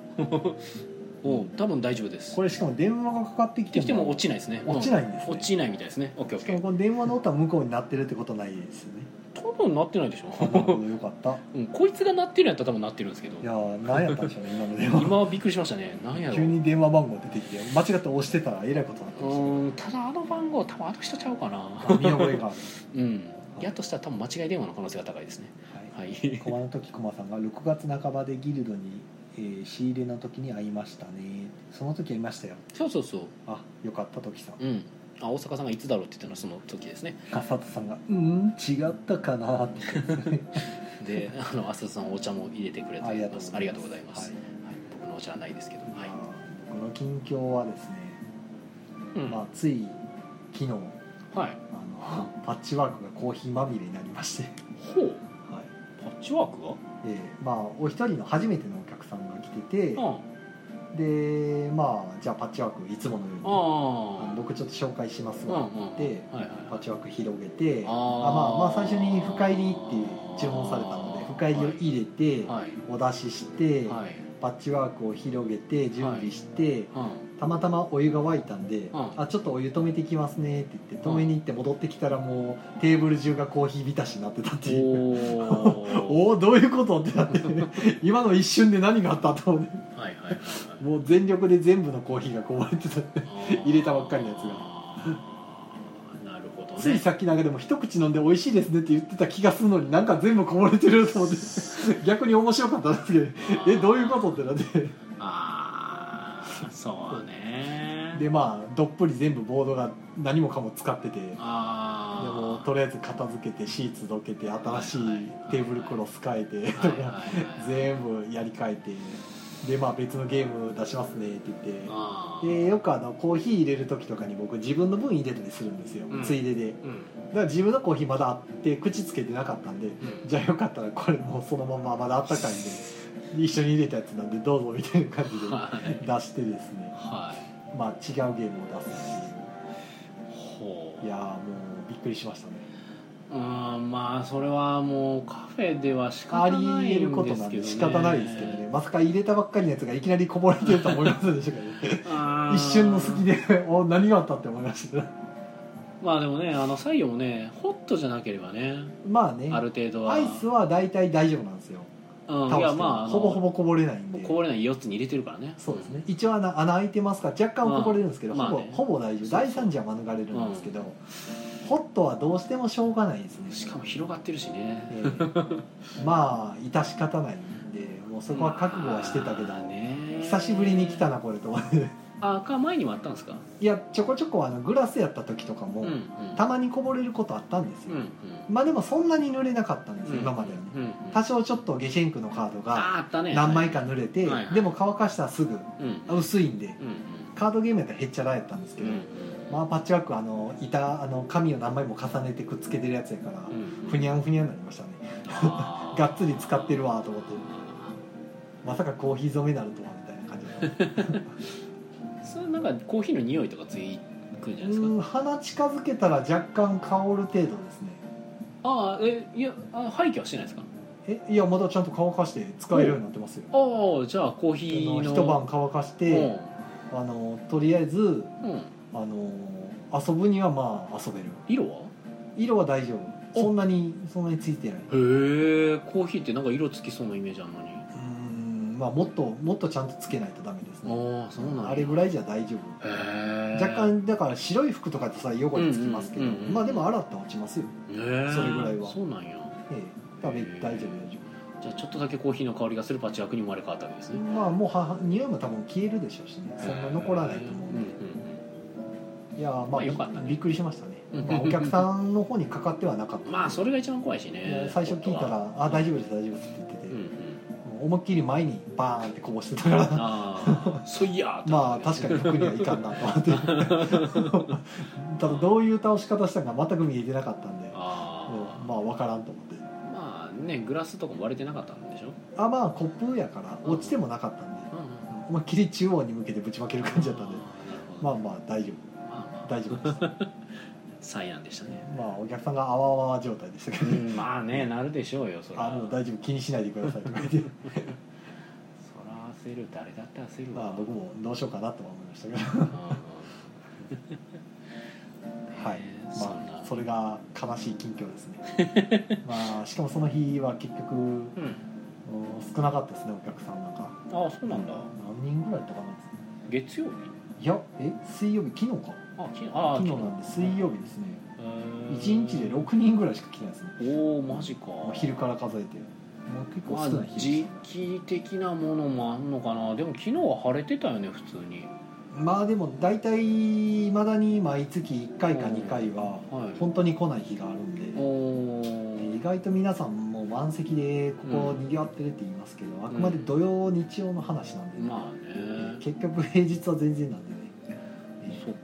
[SPEAKER 1] おう多分大丈夫です
[SPEAKER 2] これしかも電話がかかって
[SPEAKER 1] でき
[SPEAKER 2] き
[SPEAKER 1] て
[SPEAKER 2] て
[SPEAKER 1] も
[SPEAKER 2] も
[SPEAKER 1] 落ちないですね
[SPEAKER 2] 落ちないんですね
[SPEAKER 1] うん落ちないみたいですねオッケーオッ
[SPEAKER 2] し
[SPEAKER 1] ケ
[SPEAKER 2] かも
[SPEAKER 1] ー
[SPEAKER 2] この電話の音は向こうになってるってことないですよね
[SPEAKER 1] 多分なってないでし
[SPEAKER 2] あなるほ
[SPEAKER 1] ょ、
[SPEAKER 2] どよかった
[SPEAKER 1] うん、こいつがなってるんやったら多分なってるんですけど
[SPEAKER 2] いやー何やったんでしょうね今の電話
[SPEAKER 1] 今はびっくりしましたねなんやろ
[SPEAKER 2] 急
[SPEAKER 1] う
[SPEAKER 2] に電話番号出てきて間違って押してたらえらいことになってまし
[SPEAKER 1] ーんただあの番号多分あの人ちゃうかな
[SPEAKER 2] たけどあ見覚えがある
[SPEAKER 1] うんやっとしたら多分間違い電話の可能性が高いですね
[SPEAKER 2] はい
[SPEAKER 1] はい
[SPEAKER 3] 駒の時駒さんが6月半ばでギルドに、えー仕入れの時に会いましたねその時会いましたよ
[SPEAKER 1] そうそうそう
[SPEAKER 2] あよかった時さん
[SPEAKER 1] うんあ大阪さんがいつだろうって言ったのはその時ですね
[SPEAKER 3] 笠田さんが「うん違ったかな」っ て
[SPEAKER 1] であの浅田さんお茶も入れてくれて
[SPEAKER 3] ありがとうございます
[SPEAKER 1] ありがとうございます、
[SPEAKER 3] はい
[SPEAKER 1] はい僕のお茶はないですけどはい
[SPEAKER 2] あー僕の近況はですね、
[SPEAKER 1] うん
[SPEAKER 2] まあ、つい昨日
[SPEAKER 1] はい
[SPEAKER 2] あのパッチワークがコーヒーまみれになりまして、
[SPEAKER 1] ほう
[SPEAKER 2] はい
[SPEAKER 1] パッチワークが
[SPEAKER 2] えーまあ、お一人の初めてのお客さんが来てて
[SPEAKER 1] あ
[SPEAKER 2] でまあじゃあパッチワークいつものように
[SPEAKER 1] ああ
[SPEAKER 2] あ
[SPEAKER 1] あ
[SPEAKER 2] の僕ちょっと紹介します
[SPEAKER 1] うんう
[SPEAKER 2] わ
[SPEAKER 1] ん
[SPEAKER 2] って言って
[SPEAKER 1] はいはい
[SPEAKER 2] パッチワーク広げて
[SPEAKER 1] あー
[SPEAKER 2] まあ、まあ最初に深入りっていう注文されたので深入りを入れて、
[SPEAKER 1] はい
[SPEAKER 2] お出しして、
[SPEAKER 1] はい
[SPEAKER 2] パッチワークを広げて準備して、
[SPEAKER 1] うん
[SPEAKER 2] たまたまお湯が沸いたんで、
[SPEAKER 1] ん
[SPEAKER 2] あちょっとお湯止めてきますねって言って止めに行って戻ってきたらもうテーブル中がコーヒー浸しになってたっていう
[SPEAKER 1] おお
[SPEAKER 2] おおどういうことってなって今の一瞬で何があったと思って
[SPEAKER 1] はいはいはいはい
[SPEAKER 2] もう全力で全部のコーヒーがこぼれてた入れたばっかりのやつが
[SPEAKER 1] あーなるほどね
[SPEAKER 2] ついさっきなんかでも一口飲んで美味しいですねって言ってた気がするのになんか全部こぼれてると 思って逆に面白かったんですけどえどういうことってなって
[SPEAKER 1] ああそうね
[SPEAKER 2] でまあどっぷり全部ボードが何もかも使っててでも
[SPEAKER 1] ああ
[SPEAKER 2] とりあえず片付けてシーツどけて新しいテーブルクロス変えて
[SPEAKER 1] は
[SPEAKER 2] と
[SPEAKER 1] いはい
[SPEAKER 2] か
[SPEAKER 1] はい
[SPEAKER 2] 全部やり替えてでまあ別のゲーム出しますねって言って
[SPEAKER 1] あー
[SPEAKER 2] でよくあのコーヒー入れる時とかに僕自分の分入れたりするんですよ、
[SPEAKER 1] うん
[SPEAKER 2] ついでで
[SPEAKER 1] うん
[SPEAKER 2] だから自分のコーヒーまだあって口つけてなかったんで
[SPEAKER 1] うん
[SPEAKER 2] じゃあよかったらこれもうそのまままだあったかいんで一緒に入れたやつなんでどうぞみたいな感じで
[SPEAKER 1] はい
[SPEAKER 2] 出してですね
[SPEAKER 1] はい
[SPEAKER 2] まあ違うゲームを出す
[SPEAKER 1] ほ
[SPEAKER 2] いやーもうびっくりしましたね
[SPEAKER 1] ううんまあそれはもうカフェでは仕方
[SPEAKER 2] あり
[SPEAKER 1] ない
[SPEAKER 2] えるこ
[SPEAKER 1] ん
[SPEAKER 2] と
[SPEAKER 1] で
[SPEAKER 2] な
[SPEAKER 1] す
[SPEAKER 2] ん
[SPEAKER 1] けど
[SPEAKER 2] で
[SPEAKER 1] ね
[SPEAKER 2] 仕方ないですけどねまさか入れたばっかりのやつがいきなりこぼれてるとは思いませんでしたけどね
[SPEAKER 1] あー
[SPEAKER 2] 一瞬の隙で お何があったって思いましたけど
[SPEAKER 1] まあでもねあの採用もねホットじゃなければね
[SPEAKER 2] まあね
[SPEAKER 1] ある程度は
[SPEAKER 2] アイスは大体大丈夫なんですよ
[SPEAKER 1] うんい
[SPEAKER 2] 倒して
[SPEAKER 1] や
[SPEAKER 2] も
[SPEAKER 1] まああの
[SPEAKER 2] ほぼほぼこぼれないんで
[SPEAKER 1] こぼれない4つに入れてるからね
[SPEAKER 2] そうですね一応穴穴開いてますから若干こぼれるんですけど、
[SPEAKER 1] まあ
[SPEAKER 2] ほぼ、
[SPEAKER 1] まあね
[SPEAKER 2] ほぼ大丈
[SPEAKER 1] そうそ
[SPEAKER 2] 夫
[SPEAKER 1] う
[SPEAKER 2] 大惨事は免れるんですけど、ホットはどうしてもしょうがないですね
[SPEAKER 1] しかも広がってるしね
[SPEAKER 2] えーまあ致し方ないんでもうそこは覚悟はしてたけど、
[SPEAKER 1] まあね
[SPEAKER 2] 久しぶりに来たなこれと思って
[SPEAKER 1] あか前にもあったんですか
[SPEAKER 2] いやちょこちょこあのグラスやった時とかも、
[SPEAKER 1] うんうん
[SPEAKER 2] たまにこぼれることあったんです
[SPEAKER 1] う
[SPEAKER 2] よ、
[SPEAKER 1] んうん
[SPEAKER 2] まあでもそんなに濡れなかったんですよ、
[SPEAKER 1] うん
[SPEAKER 2] 今まではね
[SPEAKER 1] うんうん
[SPEAKER 2] 多少ちょっとゲシェンクのカードが
[SPEAKER 1] ああったね
[SPEAKER 2] 何枚か濡れて、
[SPEAKER 1] はいはい
[SPEAKER 2] でも乾かしたらすぐ
[SPEAKER 1] うんうんうん
[SPEAKER 2] 薄いんで
[SPEAKER 1] う
[SPEAKER 2] カードゲームやったらへっちゃらやったんですけど、
[SPEAKER 1] ん
[SPEAKER 2] まあパッチワークはあの板あの紙を何枚も重ねてくっつけてるやつやから、
[SPEAKER 1] うん
[SPEAKER 2] ふにゃんふにゃんになりましたね
[SPEAKER 1] あー
[SPEAKER 2] がっつり使ってるわと思ってまさかコーヒー染めになるとはみたいな感じ
[SPEAKER 1] それなんかコーヒーの匂いとかついくんじゃないで
[SPEAKER 2] う
[SPEAKER 1] すか
[SPEAKER 2] ん鼻近づけたら若干香る程度ですね
[SPEAKER 1] ああえいやあ廃棄はしてないですか
[SPEAKER 2] えいやまだちゃんと乾かして使えるようになってますよあ
[SPEAKER 1] ああじゃあコーヒーの
[SPEAKER 2] の一晩乾かしてあのとりあえず
[SPEAKER 1] うんうん
[SPEAKER 2] あの遊ぶにはまあ遊べる
[SPEAKER 1] 色は
[SPEAKER 2] 色は大丈夫
[SPEAKER 1] お
[SPEAKER 2] そんなにそんなについてない
[SPEAKER 1] へえコーヒーってなんか色つきそうなイメージあんのに
[SPEAKER 2] うんまあもっともっとちゃんとつけないとダメですね
[SPEAKER 1] ああそうなんだ
[SPEAKER 2] あれぐらいじゃ大丈夫
[SPEAKER 1] へえ
[SPEAKER 2] 若干だから白い服とかってさ汚れつきますけど、
[SPEAKER 1] うんうんうんうん
[SPEAKER 2] まあでも洗って落ちますよ、
[SPEAKER 1] それ
[SPEAKER 2] それぐらいは
[SPEAKER 1] そうなんや
[SPEAKER 2] ええ、多分大丈夫大丈
[SPEAKER 1] じゃあちょっとだけコーヒーの香りがするパッチワークに生まれ変わったわけです
[SPEAKER 2] 夫
[SPEAKER 1] ね
[SPEAKER 2] まあもうはは匂いも多分消えるでしょうしねそんな残らないと思うん
[SPEAKER 1] ん
[SPEAKER 2] で、いやー
[SPEAKER 1] ま
[SPEAKER 2] ま
[SPEAKER 1] あ
[SPEAKER 2] あ
[SPEAKER 1] よかったね
[SPEAKER 2] びっくりしましたね、
[SPEAKER 1] うん
[SPEAKER 2] まあ、お客さんの方にかかってはなかっ
[SPEAKER 1] う
[SPEAKER 2] た
[SPEAKER 1] ん まあそれが一番怖いしね
[SPEAKER 2] 最初聞いた
[SPEAKER 1] 本
[SPEAKER 2] ら「あ大丈夫です大丈夫です」って言ってて、
[SPEAKER 1] 当はうんうん
[SPEAKER 2] もう思いっきり前にバーンってこぼしてたから
[SPEAKER 1] ああそういやーって
[SPEAKER 2] まあ確かに服にはいかんなと思って ただどういう倒し方したのか全く見えてなかったんで、うん
[SPEAKER 1] ああ
[SPEAKER 2] まあ分からんと思って
[SPEAKER 1] まあねグラスとかも割れてなかったんでしょ
[SPEAKER 2] あまあコップやから落ちてもなかったんで
[SPEAKER 1] うん
[SPEAKER 2] 思いっきり中央に向けてぶちまける感じだったん
[SPEAKER 1] あ
[SPEAKER 2] で
[SPEAKER 1] ーなるほど
[SPEAKER 2] まあまあ大丈夫
[SPEAKER 1] まあまあ
[SPEAKER 2] 大丈夫です
[SPEAKER 1] 災難でしたね、
[SPEAKER 2] まあお客さんがあわあわ状態でしたけ
[SPEAKER 1] う
[SPEAKER 2] ど、
[SPEAKER 1] ん、まあねなるでしょうよそら
[SPEAKER 2] あもう大丈夫気にしないでくださいとか言って
[SPEAKER 1] そら焦る誰だって焦るわ
[SPEAKER 2] まあ僕もどうしようかなとは思いましたけど
[SPEAKER 1] うん
[SPEAKER 2] はい
[SPEAKER 1] ね、
[SPEAKER 2] まあ、
[SPEAKER 1] そ
[SPEAKER 2] そ
[SPEAKER 1] んな
[SPEAKER 2] れが悲しい近況ですね まあしかもその日は結局うん
[SPEAKER 1] うん
[SPEAKER 2] 少なかったですねお客さんなんか
[SPEAKER 1] ああそうなんだ
[SPEAKER 2] 何人ぐらいいたかな
[SPEAKER 1] 月曜日
[SPEAKER 2] いやえ水曜日昨日か
[SPEAKER 1] あきあ
[SPEAKER 2] 昨日なんで水曜日ですね
[SPEAKER 1] えー
[SPEAKER 2] 1日で6人ぐらいしか来てないですね、
[SPEAKER 1] おおマジか
[SPEAKER 2] まあ、昼から数えてもう結構
[SPEAKER 1] まあ
[SPEAKER 2] 少ない日です
[SPEAKER 1] 時期的なものもあんのかなでも昨日は晴れてたよね普通に
[SPEAKER 2] まあでも大体いまだに毎月1回か2回は
[SPEAKER 1] はい
[SPEAKER 2] 本当に来ない日があるんで、
[SPEAKER 1] お
[SPEAKER 2] 意外と皆さんもう満席でここにぎわってるって言いますけど、あくまで土曜日曜の話なんで、ね
[SPEAKER 1] まあね
[SPEAKER 2] 結局平日は全然なんでね
[SPEAKER 1] そっか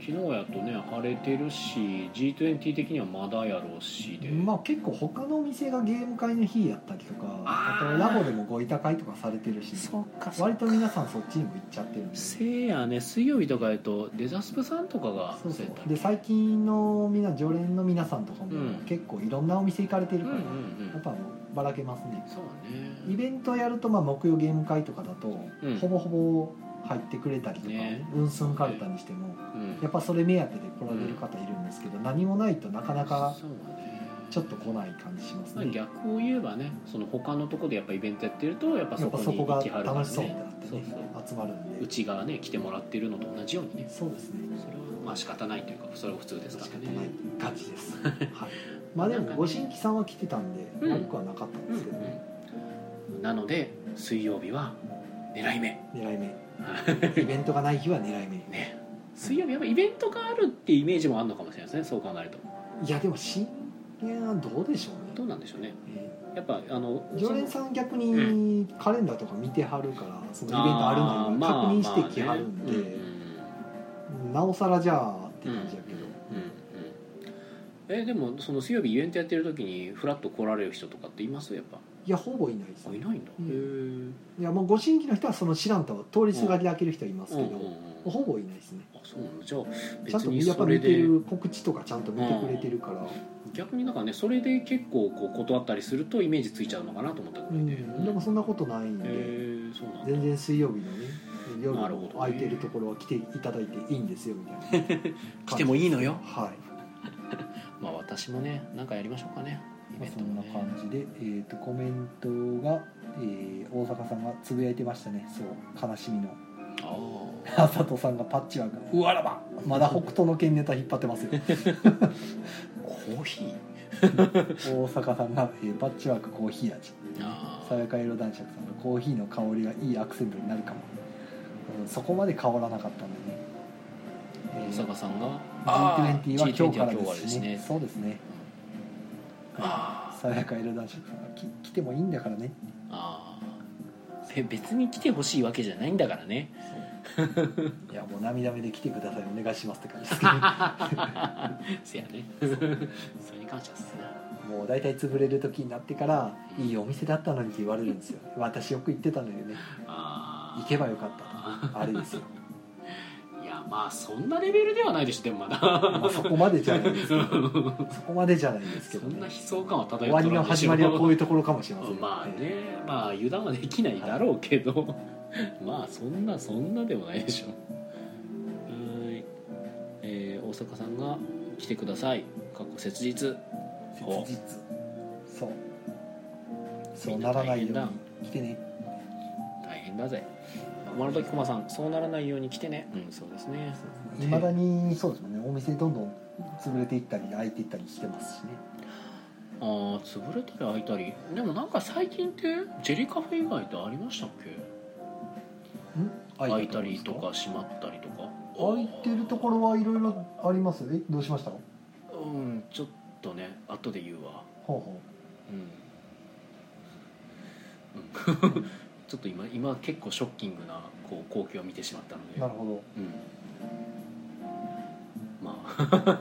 [SPEAKER 1] 昨日やとね晴れてるし G20 的にはまだやろうしで、
[SPEAKER 2] まあ結構他のお店がゲーム会の日やったりとか
[SPEAKER 1] あ
[SPEAKER 2] あ
[SPEAKER 1] ー
[SPEAKER 2] とラボでもご委託会とかされてるし、
[SPEAKER 1] そっかそっ
[SPEAKER 2] 割
[SPEAKER 1] か
[SPEAKER 2] と皆さんそっちにも行っちゃってるんでそう
[SPEAKER 1] せいやね水曜日とかやとデザスプさんとかが
[SPEAKER 2] そう
[SPEAKER 1] やった
[SPEAKER 2] で最近のみんな常連の皆さんとか
[SPEAKER 1] うん
[SPEAKER 2] も結構いろんなお店行かれてる
[SPEAKER 1] うんう
[SPEAKER 2] から、
[SPEAKER 1] んう
[SPEAKER 2] やっ
[SPEAKER 1] ん
[SPEAKER 2] ぱばらけますね
[SPEAKER 1] そうね
[SPEAKER 2] イベントやるとまあ木曜ゲーム会とかだと、
[SPEAKER 1] うん
[SPEAKER 2] ほぼほぼ入ってくれたりとか、
[SPEAKER 1] ね
[SPEAKER 2] うんすんかるたにしても
[SPEAKER 1] うん
[SPEAKER 2] やっぱそれ目当てで来られる方いるんですけど、何もないとなかなか
[SPEAKER 1] そうだね
[SPEAKER 2] ちょっと来ない感じします
[SPEAKER 1] まあ
[SPEAKER 2] ね、
[SPEAKER 1] 逆を言えばねその他のところでやっぱイベントやってるとやっぱ
[SPEAKER 2] や
[SPEAKER 1] そ
[SPEAKER 2] っぱ
[SPEAKER 1] こに
[SPEAKER 2] そこ
[SPEAKER 1] 行
[SPEAKER 2] が
[SPEAKER 1] きはるからね
[SPEAKER 2] 楽しそうってなって
[SPEAKER 1] そう
[SPEAKER 2] ね
[SPEAKER 1] そう
[SPEAKER 2] 集まるんで
[SPEAKER 1] うちがね来てもらってるのと同じようにね
[SPEAKER 2] そうですね
[SPEAKER 1] それはまあ仕方ないというかそれは普通ですか
[SPEAKER 2] 仕方
[SPEAKER 1] ら
[SPEAKER 2] ない
[SPEAKER 1] ね
[SPEAKER 2] 感じです、はい、まあでもご新規さんは来てたんで
[SPEAKER 1] うん
[SPEAKER 2] 悪くはなかったん
[SPEAKER 1] うん
[SPEAKER 2] ですけど、ね
[SPEAKER 1] うんなので水曜日は狙い目
[SPEAKER 2] 狙い 目イベントがない日は狙い目
[SPEAKER 1] ね水曜日やっぱイベントがあるってイメージもあるのかもしれないですねそう考えると
[SPEAKER 2] いやでも新年はどうでしょう
[SPEAKER 1] ど
[SPEAKER 2] ね、
[SPEAKER 1] うなんでしょうね
[SPEAKER 2] えー
[SPEAKER 1] やっぱあの
[SPEAKER 2] 常連さん逆にカレンダーとか見てはるからそのイベントある
[SPEAKER 1] ー
[SPEAKER 2] の
[SPEAKER 1] ま
[SPEAKER 2] か確認してきはるん
[SPEAKER 1] まあね
[SPEAKER 2] で
[SPEAKER 1] うんうん
[SPEAKER 2] なおさらじゃあって感じやけど
[SPEAKER 1] うんうんえでもその水曜日イベントやってる時にフラッと来られる人とかっていますやっぱ
[SPEAKER 2] いやほぼいないです
[SPEAKER 1] あい
[SPEAKER 2] ね
[SPEAKER 1] ないんだ、
[SPEAKER 2] うん
[SPEAKER 1] へー
[SPEAKER 2] いやもうご新規の人はその知らんとは通りすがりで開ける人はいます
[SPEAKER 1] うん
[SPEAKER 2] け
[SPEAKER 1] うん
[SPEAKER 2] ど
[SPEAKER 1] うん
[SPEAKER 2] ほぼいないですね
[SPEAKER 1] あそうなんだじゃあ
[SPEAKER 2] ちゃ
[SPEAKER 1] 別
[SPEAKER 2] んと
[SPEAKER 1] に
[SPEAKER 2] やっぱ
[SPEAKER 1] それ
[SPEAKER 2] 見て
[SPEAKER 1] で
[SPEAKER 2] る告知とかちゃんと見てくれてるから
[SPEAKER 1] 逆になんかねそれで結構こう断ったりするとイメージついちゃうのかなと思ったぐ
[SPEAKER 2] う
[SPEAKER 1] らいで、
[SPEAKER 2] んでもそんなことないん
[SPEAKER 1] へ
[SPEAKER 2] で
[SPEAKER 1] ーそうなんだ
[SPEAKER 2] 全然水曜日のね夜
[SPEAKER 1] なるほど
[SPEAKER 2] の
[SPEAKER 1] ね
[SPEAKER 2] 空いてるところは来ていただいていいんですよみたいな
[SPEAKER 1] 来てもいいのよ
[SPEAKER 2] はい
[SPEAKER 1] まあ私もねなんかやりましょうかねイベン
[SPEAKER 3] そ
[SPEAKER 1] ト
[SPEAKER 3] んな
[SPEAKER 1] もね
[SPEAKER 3] 感じで、えー、とコメントが、えー大阪さんがつぶやいてましたねそう悲しみの
[SPEAKER 1] ああ
[SPEAKER 3] あさとさんがパッチワークうわらばまだ北斗の剣ネタ引っ張ってます よ
[SPEAKER 1] コーヒー
[SPEAKER 3] 大阪さんが、えーパッチワークコーヒー味
[SPEAKER 1] ああ
[SPEAKER 3] 爽やか色男爵さんがコーヒーの香りがいいアクセントになるかも、うん、そこまで変わらなかったんでね、え
[SPEAKER 1] 大
[SPEAKER 3] ー
[SPEAKER 1] 阪さんが「ああ
[SPEAKER 3] G20 は今日からですねそうですね
[SPEAKER 1] ああ
[SPEAKER 3] 爽やか色男爵さんがき来てもいいんだからね
[SPEAKER 1] ああべ別に来てほしいわけじゃないんだからね
[SPEAKER 3] いやもう涙目で来てくださいお願いしますって感じ ですけど
[SPEAKER 1] せや ねそれに感謝っすね
[SPEAKER 3] もう大体潰れる時になってからいいお店だったのにって言われるんですよ私よく行ってたのよね
[SPEAKER 1] ああ
[SPEAKER 3] 行けばよかった
[SPEAKER 1] あ
[SPEAKER 3] あれですよ、
[SPEAKER 1] あいやまあそんなレベルではないでしょでも まだ
[SPEAKER 3] まあ、そこまでじゃないですけど そこまでじゃないですけ
[SPEAKER 1] そ
[SPEAKER 3] ど、
[SPEAKER 1] ん
[SPEAKER 3] ね
[SPEAKER 1] な悲、壮感は
[SPEAKER 3] 終
[SPEAKER 1] 漂
[SPEAKER 3] わ
[SPEAKER 1] って
[SPEAKER 3] り
[SPEAKER 1] る
[SPEAKER 3] の
[SPEAKER 1] んでし
[SPEAKER 3] 始
[SPEAKER 1] ょ
[SPEAKER 3] まりはこういううところかもしれませんよ
[SPEAKER 1] まあねまあ油断はできないだろうけど、 まあそんなそんなでもないでしょはーい、えー大阪さんが「来てください」「かっこ切実」お
[SPEAKER 3] 切実そうそ
[SPEAKER 1] み
[SPEAKER 3] うんな
[SPEAKER 1] な
[SPEAKER 3] ら
[SPEAKER 1] 大
[SPEAKER 3] ない
[SPEAKER 1] 変
[SPEAKER 3] よ
[SPEAKER 1] だ
[SPEAKER 3] うに来てね
[SPEAKER 1] 「大変だぜ」丸時駒さん「そうならないように来てね」うんそうですね
[SPEAKER 3] いまだにそうですもんねお店どんどん潰れていったり開いていったりしてますしね
[SPEAKER 1] あー潰れたり開いたりでもなんか最近ってジェリカフェ以外ってありましたっけ開いたりとか閉まったりとか
[SPEAKER 3] 開いてるところはいろいろありますえどうしましたほう
[SPEAKER 1] うんちょっとね後で言うわ
[SPEAKER 3] ほ
[SPEAKER 1] うん、うん ちょっと今今結構ショッキングなこう光景を見てしまったの
[SPEAKER 3] う
[SPEAKER 1] で
[SPEAKER 3] なるほ
[SPEAKER 1] うん、ま
[SPEAKER 3] ど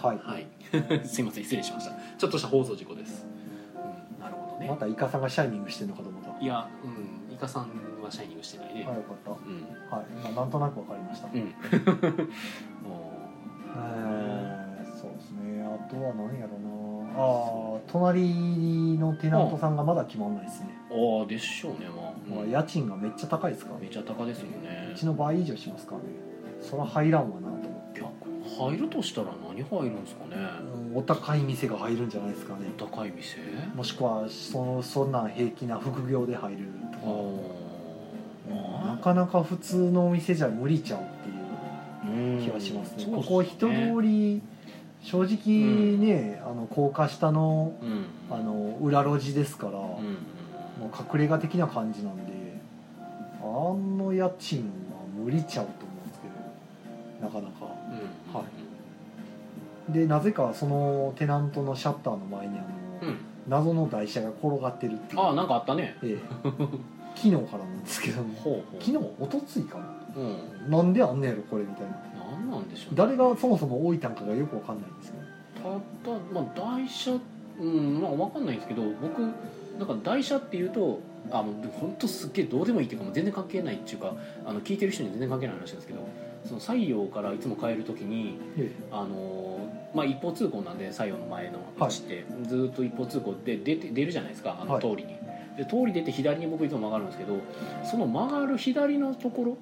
[SPEAKER 3] はい
[SPEAKER 1] あはい すいません失礼しましたちょっとした放送事故です、うん、なるほど
[SPEAKER 3] ま
[SPEAKER 1] ね
[SPEAKER 3] たイカさんがシャイニングしてるのかと思った
[SPEAKER 1] いやうんイカさんはシャイニングしてないね、
[SPEAKER 3] あよかっ
[SPEAKER 1] うん
[SPEAKER 3] たはい、まあ、なんとなくわかりました、
[SPEAKER 1] うん もう
[SPEAKER 2] うんそうですねあとは何やろなああ隣のテナントさんがまだ決まんないですね、
[SPEAKER 1] ああでしょうねまあ、
[SPEAKER 2] まあ、家賃がめっちゃ高いですから
[SPEAKER 1] め
[SPEAKER 2] ね
[SPEAKER 1] ちゃ高ですよね
[SPEAKER 2] うちの倍以上しますからねそら入らんわなと思って
[SPEAKER 1] 逆に入るとしたら何入るんですかね
[SPEAKER 2] うん
[SPEAKER 5] お高い店が入るんじゃないですかね
[SPEAKER 1] お高い店
[SPEAKER 2] もしくはそのそんなん平気な副業で入ると
[SPEAKER 1] あ
[SPEAKER 2] かうんな
[SPEAKER 1] あ
[SPEAKER 2] かなか普通のお店じゃ無理ちゃうっていう
[SPEAKER 1] うん
[SPEAKER 2] 気はしますね、
[SPEAKER 1] そうっ
[SPEAKER 2] ここ人通り正直ね、あの高架下の
[SPEAKER 1] うん
[SPEAKER 2] あの裏路地ですから、
[SPEAKER 1] うんう
[SPEAKER 2] も
[SPEAKER 1] ん
[SPEAKER 2] う隠れ家的な感じなんであの家賃は無理ちゃうと思うんですけどなかなか
[SPEAKER 1] うん
[SPEAKER 2] はでなぜかそのテナントのシャッターの前にあ
[SPEAKER 1] う
[SPEAKER 2] の、
[SPEAKER 1] ん
[SPEAKER 2] 謎の台車が転がってるっていう
[SPEAKER 1] ああなんかあったね
[SPEAKER 2] ええ昨日からなんですけども
[SPEAKER 1] ほうほう
[SPEAKER 2] 昨日一昨日かな
[SPEAKER 1] うん
[SPEAKER 2] なんであんねやろこれみたいな
[SPEAKER 1] 何なんでしょうね
[SPEAKER 2] 誰がそもそも置いたんかがよくわかんないんですけど
[SPEAKER 1] ただまあ台車うんまあ分かんないんですけど僕なんか台車っていうとあもう本当すっげえどうでもいいっていうかもう全然関係ないっていうかあの聞いてる人には全然関係ない話なんですけどその西洋からいつも変えるときにあのーまあ、一方通行なんで西洋の前の道って、ずっと一方通行で出て出るじゃないですかあの
[SPEAKER 2] はい
[SPEAKER 1] 通りに、で通り出て左に僕いつも曲がるんですけどその曲がる左のところ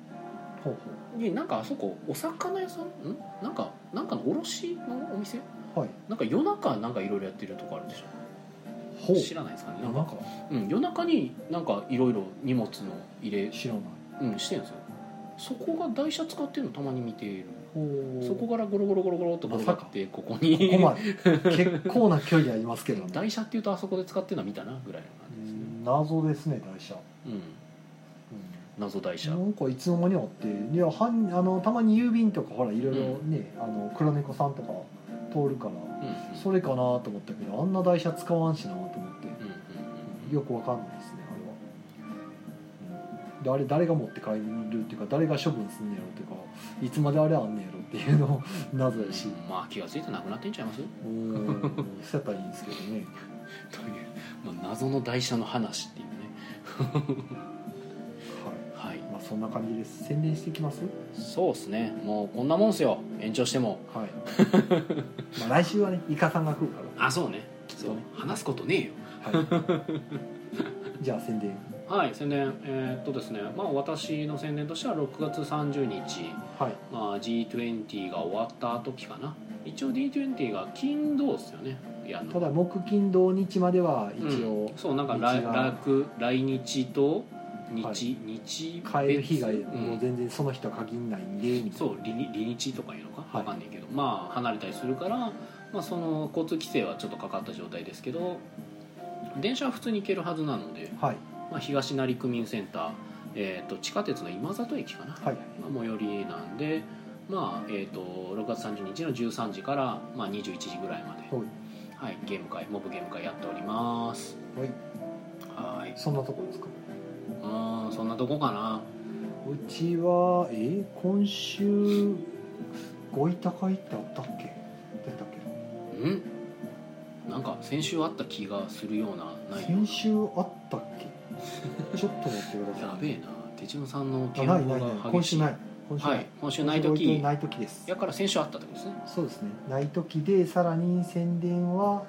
[SPEAKER 2] ほう
[SPEAKER 1] になんかあそこお魚屋さんんなんかなんかの卸のお店
[SPEAKER 2] ほうはい
[SPEAKER 1] なんか夜中なんかいろいろやってるとこあるでし
[SPEAKER 2] ほ
[SPEAKER 1] ょ
[SPEAKER 2] う
[SPEAKER 1] 知らないですかねなん
[SPEAKER 2] なん
[SPEAKER 1] か、
[SPEAKER 2] か
[SPEAKER 1] うん、夜中になんかいろいろ荷物の入れ、
[SPEAKER 2] 知らない
[SPEAKER 1] うん、してるんですよそこが台車使ってるのたまに見ている
[SPEAKER 2] ほう
[SPEAKER 1] そこからゴロゴロゴロゴロっと転がってここに
[SPEAKER 2] ここまで結構な距離ありますけどね
[SPEAKER 1] 台車っていうとあそこで使ってるのは見たなぐらいの
[SPEAKER 2] う
[SPEAKER 1] 感じですね
[SPEAKER 2] ん謎ですね台車、
[SPEAKER 1] うん
[SPEAKER 2] うん
[SPEAKER 1] 謎台車
[SPEAKER 2] なんかいつの間にあっていやはんあのたまに郵便とかほらいろいろね、あの黒猫さんとか通るから
[SPEAKER 1] うんうん
[SPEAKER 2] それかなと思ったけどあんな台車使わんしなと思って
[SPEAKER 1] うんうんうん
[SPEAKER 2] よくわかんないですねあれは、うんであれ誰が持って帰るっていうか誰が処分すんねやろっていうかいつまであれあんねやろっていうのも謎やし
[SPEAKER 1] まあ気が付いてなくなってんちゃいます
[SPEAKER 2] うーんそうやったらいいんですけどね
[SPEAKER 1] という、まあ、謎の台車の話っていうね
[SPEAKER 2] は
[SPEAKER 1] はい
[SPEAKER 2] いまあそんな感じです宣伝していきます
[SPEAKER 1] そうっすねもうこんなもんっすよ延長しても
[SPEAKER 2] はい まあ来週はねイカさんが来るから
[SPEAKER 1] あそうねそう話すことねえよ
[SPEAKER 2] はい、じゃあ宣伝
[SPEAKER 1] はい宣伝えーっとですねまあ私の宣伝としては6月30日、
[SPEAKER 2] はい
[SPEAKER 1] まあ、G20 が終わった時かな一応 D20 が金土っすよねやるの
[SPEAKER 2] ただ木金土日までは一応
[SPEAKER 1] うん、そうなんか
[SPEAKER 2] 日
[SPEAKER 1] 来
[SPEAKER 2] が
[SPEAKER 1] 楽来日と日、
[SPEAKER 2] はい
[SPEAKER 1] 日
[SPEAKER 2] 帰る日が
[SPEAKER 1] 別
[SPEAKER 2] もう全然その人は限らないんで、みたいな
[SPEAKER 1] そう離日離日とかいうのか
[SPEAKER 2] はい
[SPEAKER 1] 分かんないけど、まあ離れたりするから、まあ、その交通規制はちょっとかかった状態ですけど電車は普通に行けるはずなので、
[SPEAKER 2] はい
[SPEAKER 1] まあ、東成区民センター、えー、と地下鉄の今里駅かな、
[SPEAKER 2] はい
[SPEAKER 1] が最寄りなんで、まあえー、と6月30日の13時から、まあ、21時ぐらいまで、
[SPEAKER 2] はい
[SPEAKER 1] はい、ゲーム会モブゲーム会やっております
[SPEAKER 2] はい
[SPEAKER 1] はい
[SPEAKER 2] そんなとこですか
[SPEAKER 1] うーんそんなとこかな
[SPEAKER 2] うちはえー今週ごいたかいってあったっけ出たっ
[SPEAKER 1] う
[SPEAKER 2] け
[SPEAKER 1] んなんか先週あった気がするようなないような
[SPEAKER 2] 先週あったっけちょっと待ってくださ い
[SPEAKER 1] やべえな手順さんの
[SPEAKER 2] あ
[SPEAKER 1] 健
[SPEAKER 2] ない
[SPEAKER 1] 康
[SPEAKER 2] ないない
[SPEAKER 1] が
[SPEAKER 2] 今
[SPEAKER 1] 激
[SPEAKER 2] 週
[SPEAKER 1] しい
[SPEAKER 2] ない今週ない、
[SPEAKER 1] はい今週ない
[SPEAKER 2] 今週ご
[SPEAKER 1] 時
[SPEAKER 2] ない時です
[SPEAKER 1] やから先週あったってことですね
[SPEAKER 2] そうですねない時でさらに宣伝は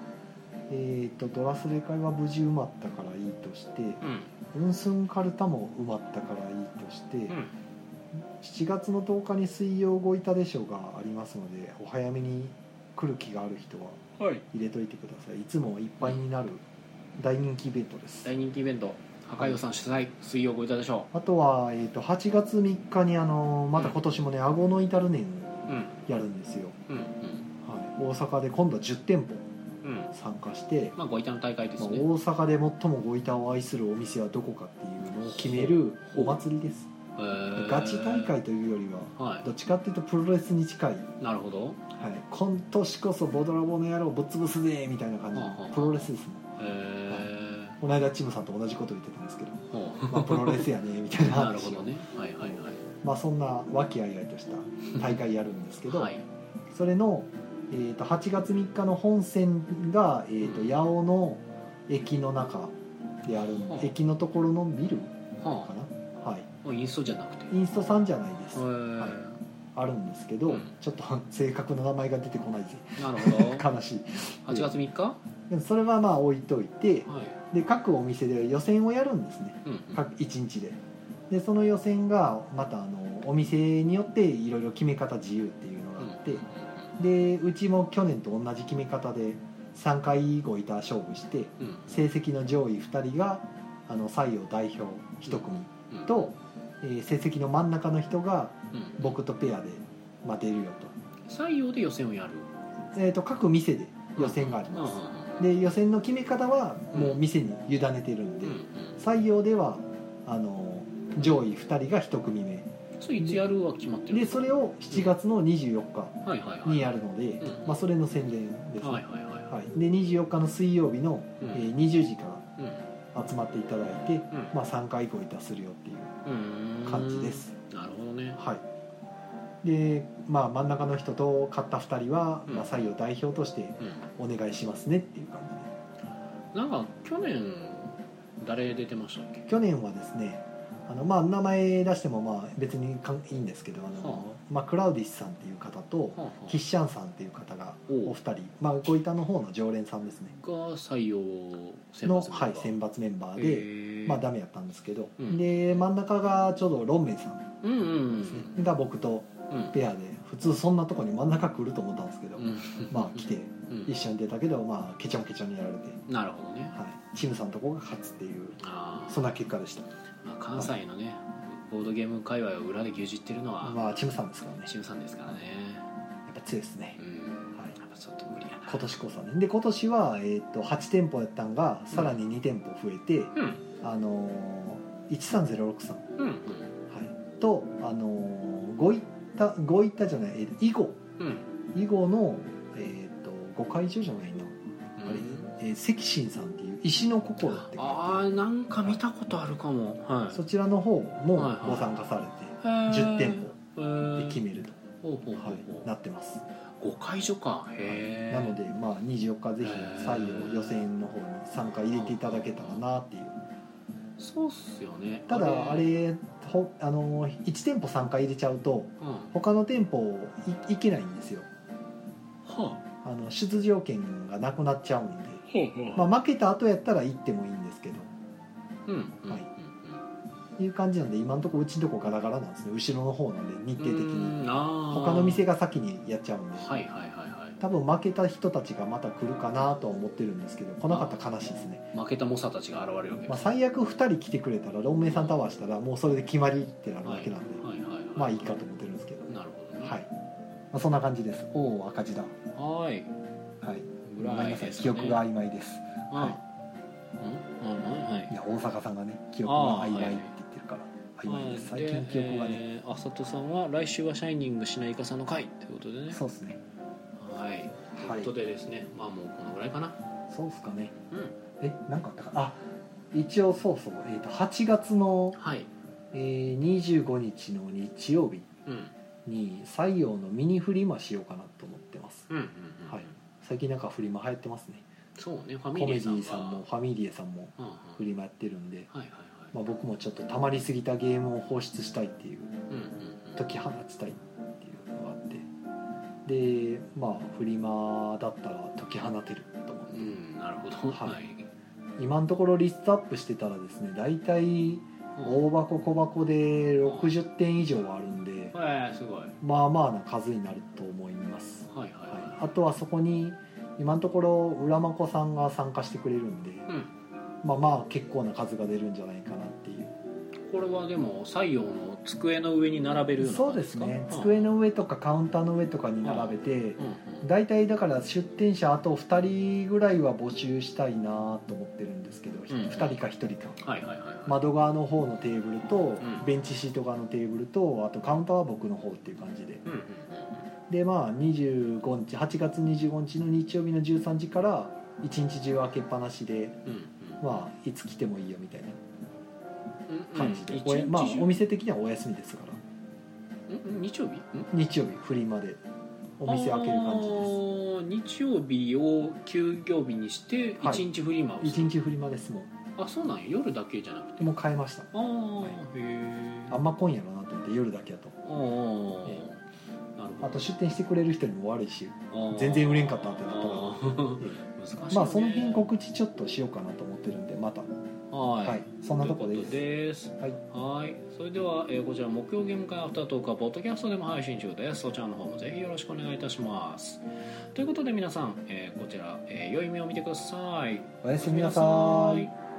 [SPEAKER 2] えっ、とドラスレ会は無事埋まったからいいとして
[SPEAKER 1] うん
[SPEAKER 2] ウンスンカルタも埋まったからいいとして、
[SPEAKER 1] うん
[SPEAKER 2] 7月の10日に水曜ごいたでしょうがありますのでお早めに来る気がある人は
[SPEAKER 1] はい
[SPEAKER 2] 入れといてくださいいつもいっぱいになる大人気イベントです
[SPEAKER 1] 大人気イベント破壊王さん主催水曜ごいたでしょ
[SPEAKER 2] あとは、えー、と8月3日にあのまた今年もね顎の至る年
[SPEAKER 1] ううん
[SPEAKER 2] やるんですよ、
[SPEAKER 1] うん
[SPEAKER 2] はい、大阪で今度は10店舗
[SPEAKER 1] うんうん
[SPEAKER 2] 参加して、
[SPEAKER 1] まあごいたの大会で
[SPEAKER 2] ますあ
[SPEAKER 1] ね
[SPEAKER 2] 大阪で最もごいたを愛するお店はどこかっていうのを決めるお祭りです
[SPEAKER 1] えー
[SPEAKER 2] ガチ大会というよりは
[SPEAKER 1] は
[SPEAKER 2] どっちかっていうとプロレスに近い
[SPEAKER 1] いなるほど
[SPEAKER 2] はい、今年こそボドラボの野郎ぶっ潰すぜみたいな感じ
[SPEAKER 1] はあはあ
[SPEAKER 2] プロレスですね
[SPEAKER 1] えー
[SPEAKER 2] この間チムさんと同じこと言ってたんですけ ど、
[SPEAKER 1] ほ
[SPEAKER 2] まあ、プロレスやねみたいう な
[SPEAKER 1] なる
[SPEAKER 2] 話
[SPEAKER 1] ほどねはいはいはい
[SPEAKER 2] まあ、そんな和気あいあいとした大会やるんですけど、
[SPEAKER 1] はい
[SPEAKER 2] それの、えー、と8月3日の本戦が、えー、と
[SPEAKER 1] うん
[SPEAKER 2] 八尾の駅の中であるんで
[SPEAKER 1] はあ
[SPEAKER 2] 駅のところのビルか
[SPEAKER 1] は
[SPEAKER 2] な、はい、
[SPEAKER 1] あインストじゃなくてへ
[SPEAKER 2] インストさんじゃないです、
[SPEAKER 1] ー
[SPEAKER 2] はいあるんですけど、
[SPEAKER 1] うん
[SPEAKER 2] ちょっと正確な名前が出てこないぜ
[SPEAKER 1] なるほど
[SPEAKER 2] 悲しい
[SPEAKER 1] 8月3日は
[SPEAKER 2] でもそれはまあ置いといて
[SPEAKER 1] い、
[SPEAKER 2] で各お店で予選をやるんですね
[SPEAKER 1] うんうん
[SPEAKER 2] 各1日ででその予選がまたあのお店によっていろいろ決め方自由っていうのがあって、でうちも去年と同じ決め方で3回以後いた勝負して
[SPEAKER 1] うんうん
[SPEAKER 2] 成績の上位2人があの採用代表1組
[SPEAKER 1] うん
[SPEAKER 2] と、えー成績の真ん中の人が
[SPEAKER 1] うん
[SPEAKER 2] 僕とペアで、まあ、出るよ
[SPEAKER 1] 採用で予選をやる
[SPEAKER 2] と,、えー、と各店で予選があり
[SPEAKER 1] うんうん
[SPEAKER 2] ます、で予選の決め方はもう店に委ねてるん
[SPEAKER 1] う
[SPEAKER 2] で、
[SPEAKER 1] んうん
[SPEAKER 2] 採用ではあの上位2人が1組目
[SPEAKER 1] それいつやるは決まってる
[SPEAKER 2] でそれを7月の24日
[SPEAKER 1] はいはいはい
[SPEAKER 2] にやるので、
[SPEAKER 1] うん
[SPEAKER 2] まあ、それの宣伝ですね、
[SPEAKER 1] は
[SPEAKER 2] はい
[SPEAKER 1] はいはいはい
[SPEAKER 2] い、で24日の水曜日の、
[SPEAKER 1] うん
[SPEAKER 2] えー20時から
[SPEAKER 1] うん
[SPEAKER 2] 集まっていただいて、
[SPEAKER 1] うん
[SPEAKER 2] まあ、3回ごいたするよっていう
[SPEAKER 1] うーん
[SPEAKER 2] 感じです、
[SPEAKER 1] なるほどね
[SPEAKER 2] はいでまあ真ん中の人と勝った2人は、
[SPEAKER 1] うん
[SPEAKER 2] まあ、採用代表として
[SPEAKER 1] うん
[SPEAKER 2] お願いしますねっていう感
[SPEAKER 1] なんか去年誰出てましたっけ
[SPEAKER 2] じで去年はですねあのまあ名前出してもまあ別にかんいいんですけどあの、
[SPEAKER 1] は
[SPEAKER 2] まあ、クラウディスさんっていう方と
[SPEAKER 1] は
[SPEAKER 2] キッシャンさんっていう方が
[SPEAKER 1] おう
[SPEAKER 2] お二人まあごいたの方の常連さんですね
[SPEAKER 1] が採用選
[SPEAKER 2] の、
[SPEAKER 1] 抜
[SPEAKER 2] はい、選抜メンバーで、
[SPEAKER 1] で
[SPEAKER 2] まあ、ダメやったんですけど、
[SPEAKER 1] うん
[SPEAKER 2] で真ん中がちょうどロンメイさん
[SPEAKER 1] うんうんうん
[SPEAKER 2] ですね、が僕と
[SPEAKER 1] うん
[SPEAKER 2] ペアで普通そんなとこに真ん中来ると思ったんですけど、
[SPEAKER 1] うん
[SPEAKER 2] まあ来て
[SPEAKER 1] うん
[SPEAKER 2] 一緒に出たけどまあケチョンケチョンにやられて、
[SPEAKER 1] なるほどね
[SPEAKER 2] はい、チームさんのとこが勝つっていう
[SPEAKER 1] あー
[SPEAKER 2] そんな結果でした
[SPEAKER 1] まあ関西のねボードゲーム界隈を裏で牛耳ってるのは
[SPEAKER 2] まあチームさんですからね
[SPEAKER 1] チームさんですからね
[SPEAKER 2] やっぱ強いですね
[SPEAKER 1] う、ん
[SPEAKER 2] はい、
[SPEAKER 1] やっぱちょっと無理やな
[SPEAKER 2] 今年こそねで今年は、えー、と8店舗やったんがさらに2店舗増えて、
[SPEAKER 1] うん
[SPEAKER 2] あのー、13063、は
[SPEAKER 1] うんうん
[SPEAKER 2] い、と、あのー、ごいったごいったじゃない、えー、囲碁
[SPEAKER 1] うん
[SPEAKER 2] 囲碁の、えー、とご会長じゃないな、
[SPEAKER 1] う
[SPEAKER 2] あ
[SPEAKER 1] ん
[SPEAKER 2] れ、えー、関心さんっていう石の心って書いて
[SPEAKER 1] ああなんか見たことあるかもはい
[SPEAKER 2] そちらの方も
[SPEAKER 1] はいはい
[SPEAKER 2] ご参加されて、10店
[SPEAKER 1] 舗
[SPEAKER 2] で決めると、
[SPEAKER 1] ほうほうほ
[SPEAKER 2] は
[SPEAKER 1] う
[SPEAKER 2] い、
[SPEAKER 1] ほ
[SPEAKER 2] なってます、
[SPEAKER 1] う5会所かへえ
[SPEAKER 2] なので、まあ、24日ぜひ採用予選の方に参加入れていただけたらなっていう
[SPEAKER 1] そうっすよね
[SPEAKER 2] ただあれほあのー1店舗参加入れちゃうと
[SPEAKER 1] うんは
[SPEAKER 2] 他の店舗い行けないんですよ
[SPEAKER 1] あほ
[SPEAKER 2] あの出場権がなくなっちゃうんで、
[SPEAKER 1] うほう
[SPEAKER 2] まあ、負けた後やったら行ってもいいんですけど
[SPEAKER 1] うんうん
[SPEAKER 2] はいいう感じなんで今のところうちのとこガラガラなんですね後ろの方なんで日
[SPEAKER 1] うん
[SPEAKER 2] 程的に
[SPEAKER 1] うんああ
[SPEAKER 2] 他の店が先にやっちゃうんで
[SPEAKER 1] はいはいはいはい
[SPEAKER 2] 多分負けた人たちがまた来るかなとは思ってるんですけど来なかったら悲しいですね、
[SPEAKER 1] 負けた猛者たちが現れるわけ
[SPEAKER 2] ま
[SPEAKER 1] で
[SPEAKER 2] あ、
[SPEAKER 1] す
[SPEAKER 2] 最悪2人来てくれたらロンメイさんタワーしたらもうそれで決まりってなるわけなんで、
[SPEAKER 1] はいはいはい
[SPEAKER 2] まあいいかと思ってるんですけど
[SPEAKER 1] なるほどね
[SPEAKER 2] はい、まあ、そんな感じですおお赤字だ
[SPEAKER 1] はーい
[SPEAKER 2] はい
[SPEAKER 1] ぐ
[SPEAKER 2] ごめ
[SPEAKER 1] ら
[SPEAKER 2] ん
[SPEAKER 1] い
[SPEAKER 2] なさい
[SPEAKER 1] です
[SPEAKER 2] 記
[SPEAKER 1] かね
[SPEAKER 2] 憶が曖昧です
[SPEAKER 1] うん
[SPEAKER 2] はい
[SPEAKER 1] うんうんうんはい
[SPEAKER 2] いや大阪さんがね記憶が曖昧って言ってるから曖昧です最近記憶がね、
[SPEAKER 1] あさとさんは来週は「シャイニングしないかさの回」ってことでね
[SPEAKER 2] そうですね
[SPEAKER 1] はいと
[SPEAKER 2] は
[SPEAKER 1] いう
[SPEAKER 2] い
[SPEAKER 1] ことでですねまあもうこのぐらいかな
[SPEAKER 2] そうっすかね
[SPEAKER 1] うん
[SPEAKER 2] えなんかあったかあ一応そうそう、えー、と8月の、
[SPEAKER 1] はい
[SPEAKER 2] えー、25日の日曜日
[SPEAKER 1] うん
[SPEAKER 2] に採用のミニフリマしようかなと思ってます
[SPEAKER 1] うんうんうん
[SPEAKER 2] はい最近なんかフリマ流行ってますね
[SPEAKER 1] そうねファ
[SPEAKER 2] コ
[SPEAKER 1] ミリ
[SPEAKER 2] メデ
[SPEAKER 1] ーさん
[SPEAKER 2] ィ
[SPEAKER 1] が
[SPEAKER 2] さんもファミリエさんも
[SPEAKER 1] うんうん
[SPEAKER 2] フリマやってるんで、
[SPEAKER 1] はいはいはい
[SPEAKER 2] まあ、僕もちょっと溜まりすぎたゲームを放出したいっていう
[SPEAKER 1] うんうん
[SPEAKER 2] 解き放ちたいっていうのがあってでまあフリマだったら解き放てると思って、
[SPEAKER 1] うんうんなるほど
[SPEAKER 2] はい
[SPEAKER 1] はい
[SPEAKER 2] 今のところリストアップしてたらですね大体
[SPEAKER 1] お
[SPEAKER 2] 大箱小箱で60点以上はあるんで
[SPEAKER 1] えーすごいはい
[SPEAKER 2] まあまあな数になると思います、
[SPEAKER 1] はい
[SPEAKER 2] は、
[SPEAKER 1] はい
[SPEAKER 2] あとはそこに今のところ浦真子さんが参加してくれるんで
[SPEAKER 1] いうん
[SPEAKER 2] まあまあ結構な数が出るんじゃないかなっていう
[SPEAKER 1] これはでも採用の机の上に並べるような
[SPEAKER 2] そう
[SPEAKER 1] 感じ
[SPEAKER 2] ですね
[SPEAKER 1] か
[SPEAKER 2] 机の上とかカウンターの上とかに並べて
[SPEAKER 1] うんうんうん
[SPEAKER 2] 大体だから出店者あと2人ぐらいは募集したいなと思ってるんですけど、
[SPEAKER 1] んうん
[SPEAKER 2] 2人か1人か
[SPEAKER 1] はいはいはいはい
[SPEAKER 2] 窓側の方のテーブルと
[SPEAKER 1] ん
[SPEAKER 2] ベンチシート側のテーブルとあとカウンターは僕の方っていう感じで
[SPEAKER 1] うんうんうん
[SPEAKER 2] でまあ25日8月25日の日曜日の13時から一日中開けっぱなしで、
[SPEAKER 1] うんうん
[SPEAKER 2] まあ、いつ来てもいいよみたいな
[SPEAKER 1] うん
[SPEAKER 2] 感じで、
[SPEAKER 1] うん
[SPEAKER 2] おやまあ
[SPEAKER 1] 一日中
[SPEAKER 2] お店的にはお休みですから
[SPEAKER 1] ん日曜日ん
[SPEAKER 2] 日曜日フリマでお店開ける感じで
[SPEAKER 1] で
[SPEAKER 2] す
[SPEAKER 1] す日曜日を休業日にして
[SPEAKER 2] はい
[SPEAKER 1] 一日フリマをす
[SPEAKER 2] 一
[SPEAKER 1] る、
[SPEAKER 2] 日フリマですも
[SPEAKER 1] あそうなんや夜だけじゃなくて
[SPEAKER 2] うもう変えました
[SPEAKER 1] ああ、
[SPEAKER 2] い
[SPEAKER 1] へえ
[SPEAKER 2] あんま今夜だなと思って夜だけやと
[SPEAKER 1] ああ、
[SPEAKER 2] えと出店してくれる人にも悪いし
[SPEAKER 1] あー
[SPEAKER 2] 全然売れんかったってなったら
[SPEAKER 1] あー 難しいね、
[SPEAKER 2] まあその辺告知ちょっとしようかなと思ってるんでまた
[SPEAKER 1] はい、
[SPEAKER 2] はいそんなとこです
[SPEAKER 1] ということです
[SPEAKER 2] はい
[SPEAKER 1] はいそれでは、えーこちら木曜ゲーム会アフタートークはポッドキャストでも配信中ですそちらの方もぜひよろしくお願いいたしますということで皆さん、えーこちら、えー良い目を見てください
[SPEAKER 3] おやすみな
[SPEAKER 1] おや
[SPEAKER 3] さ
[SPEAKER 1] すみ
[SPEAKER 3] い
[SPEAKER 1] なさい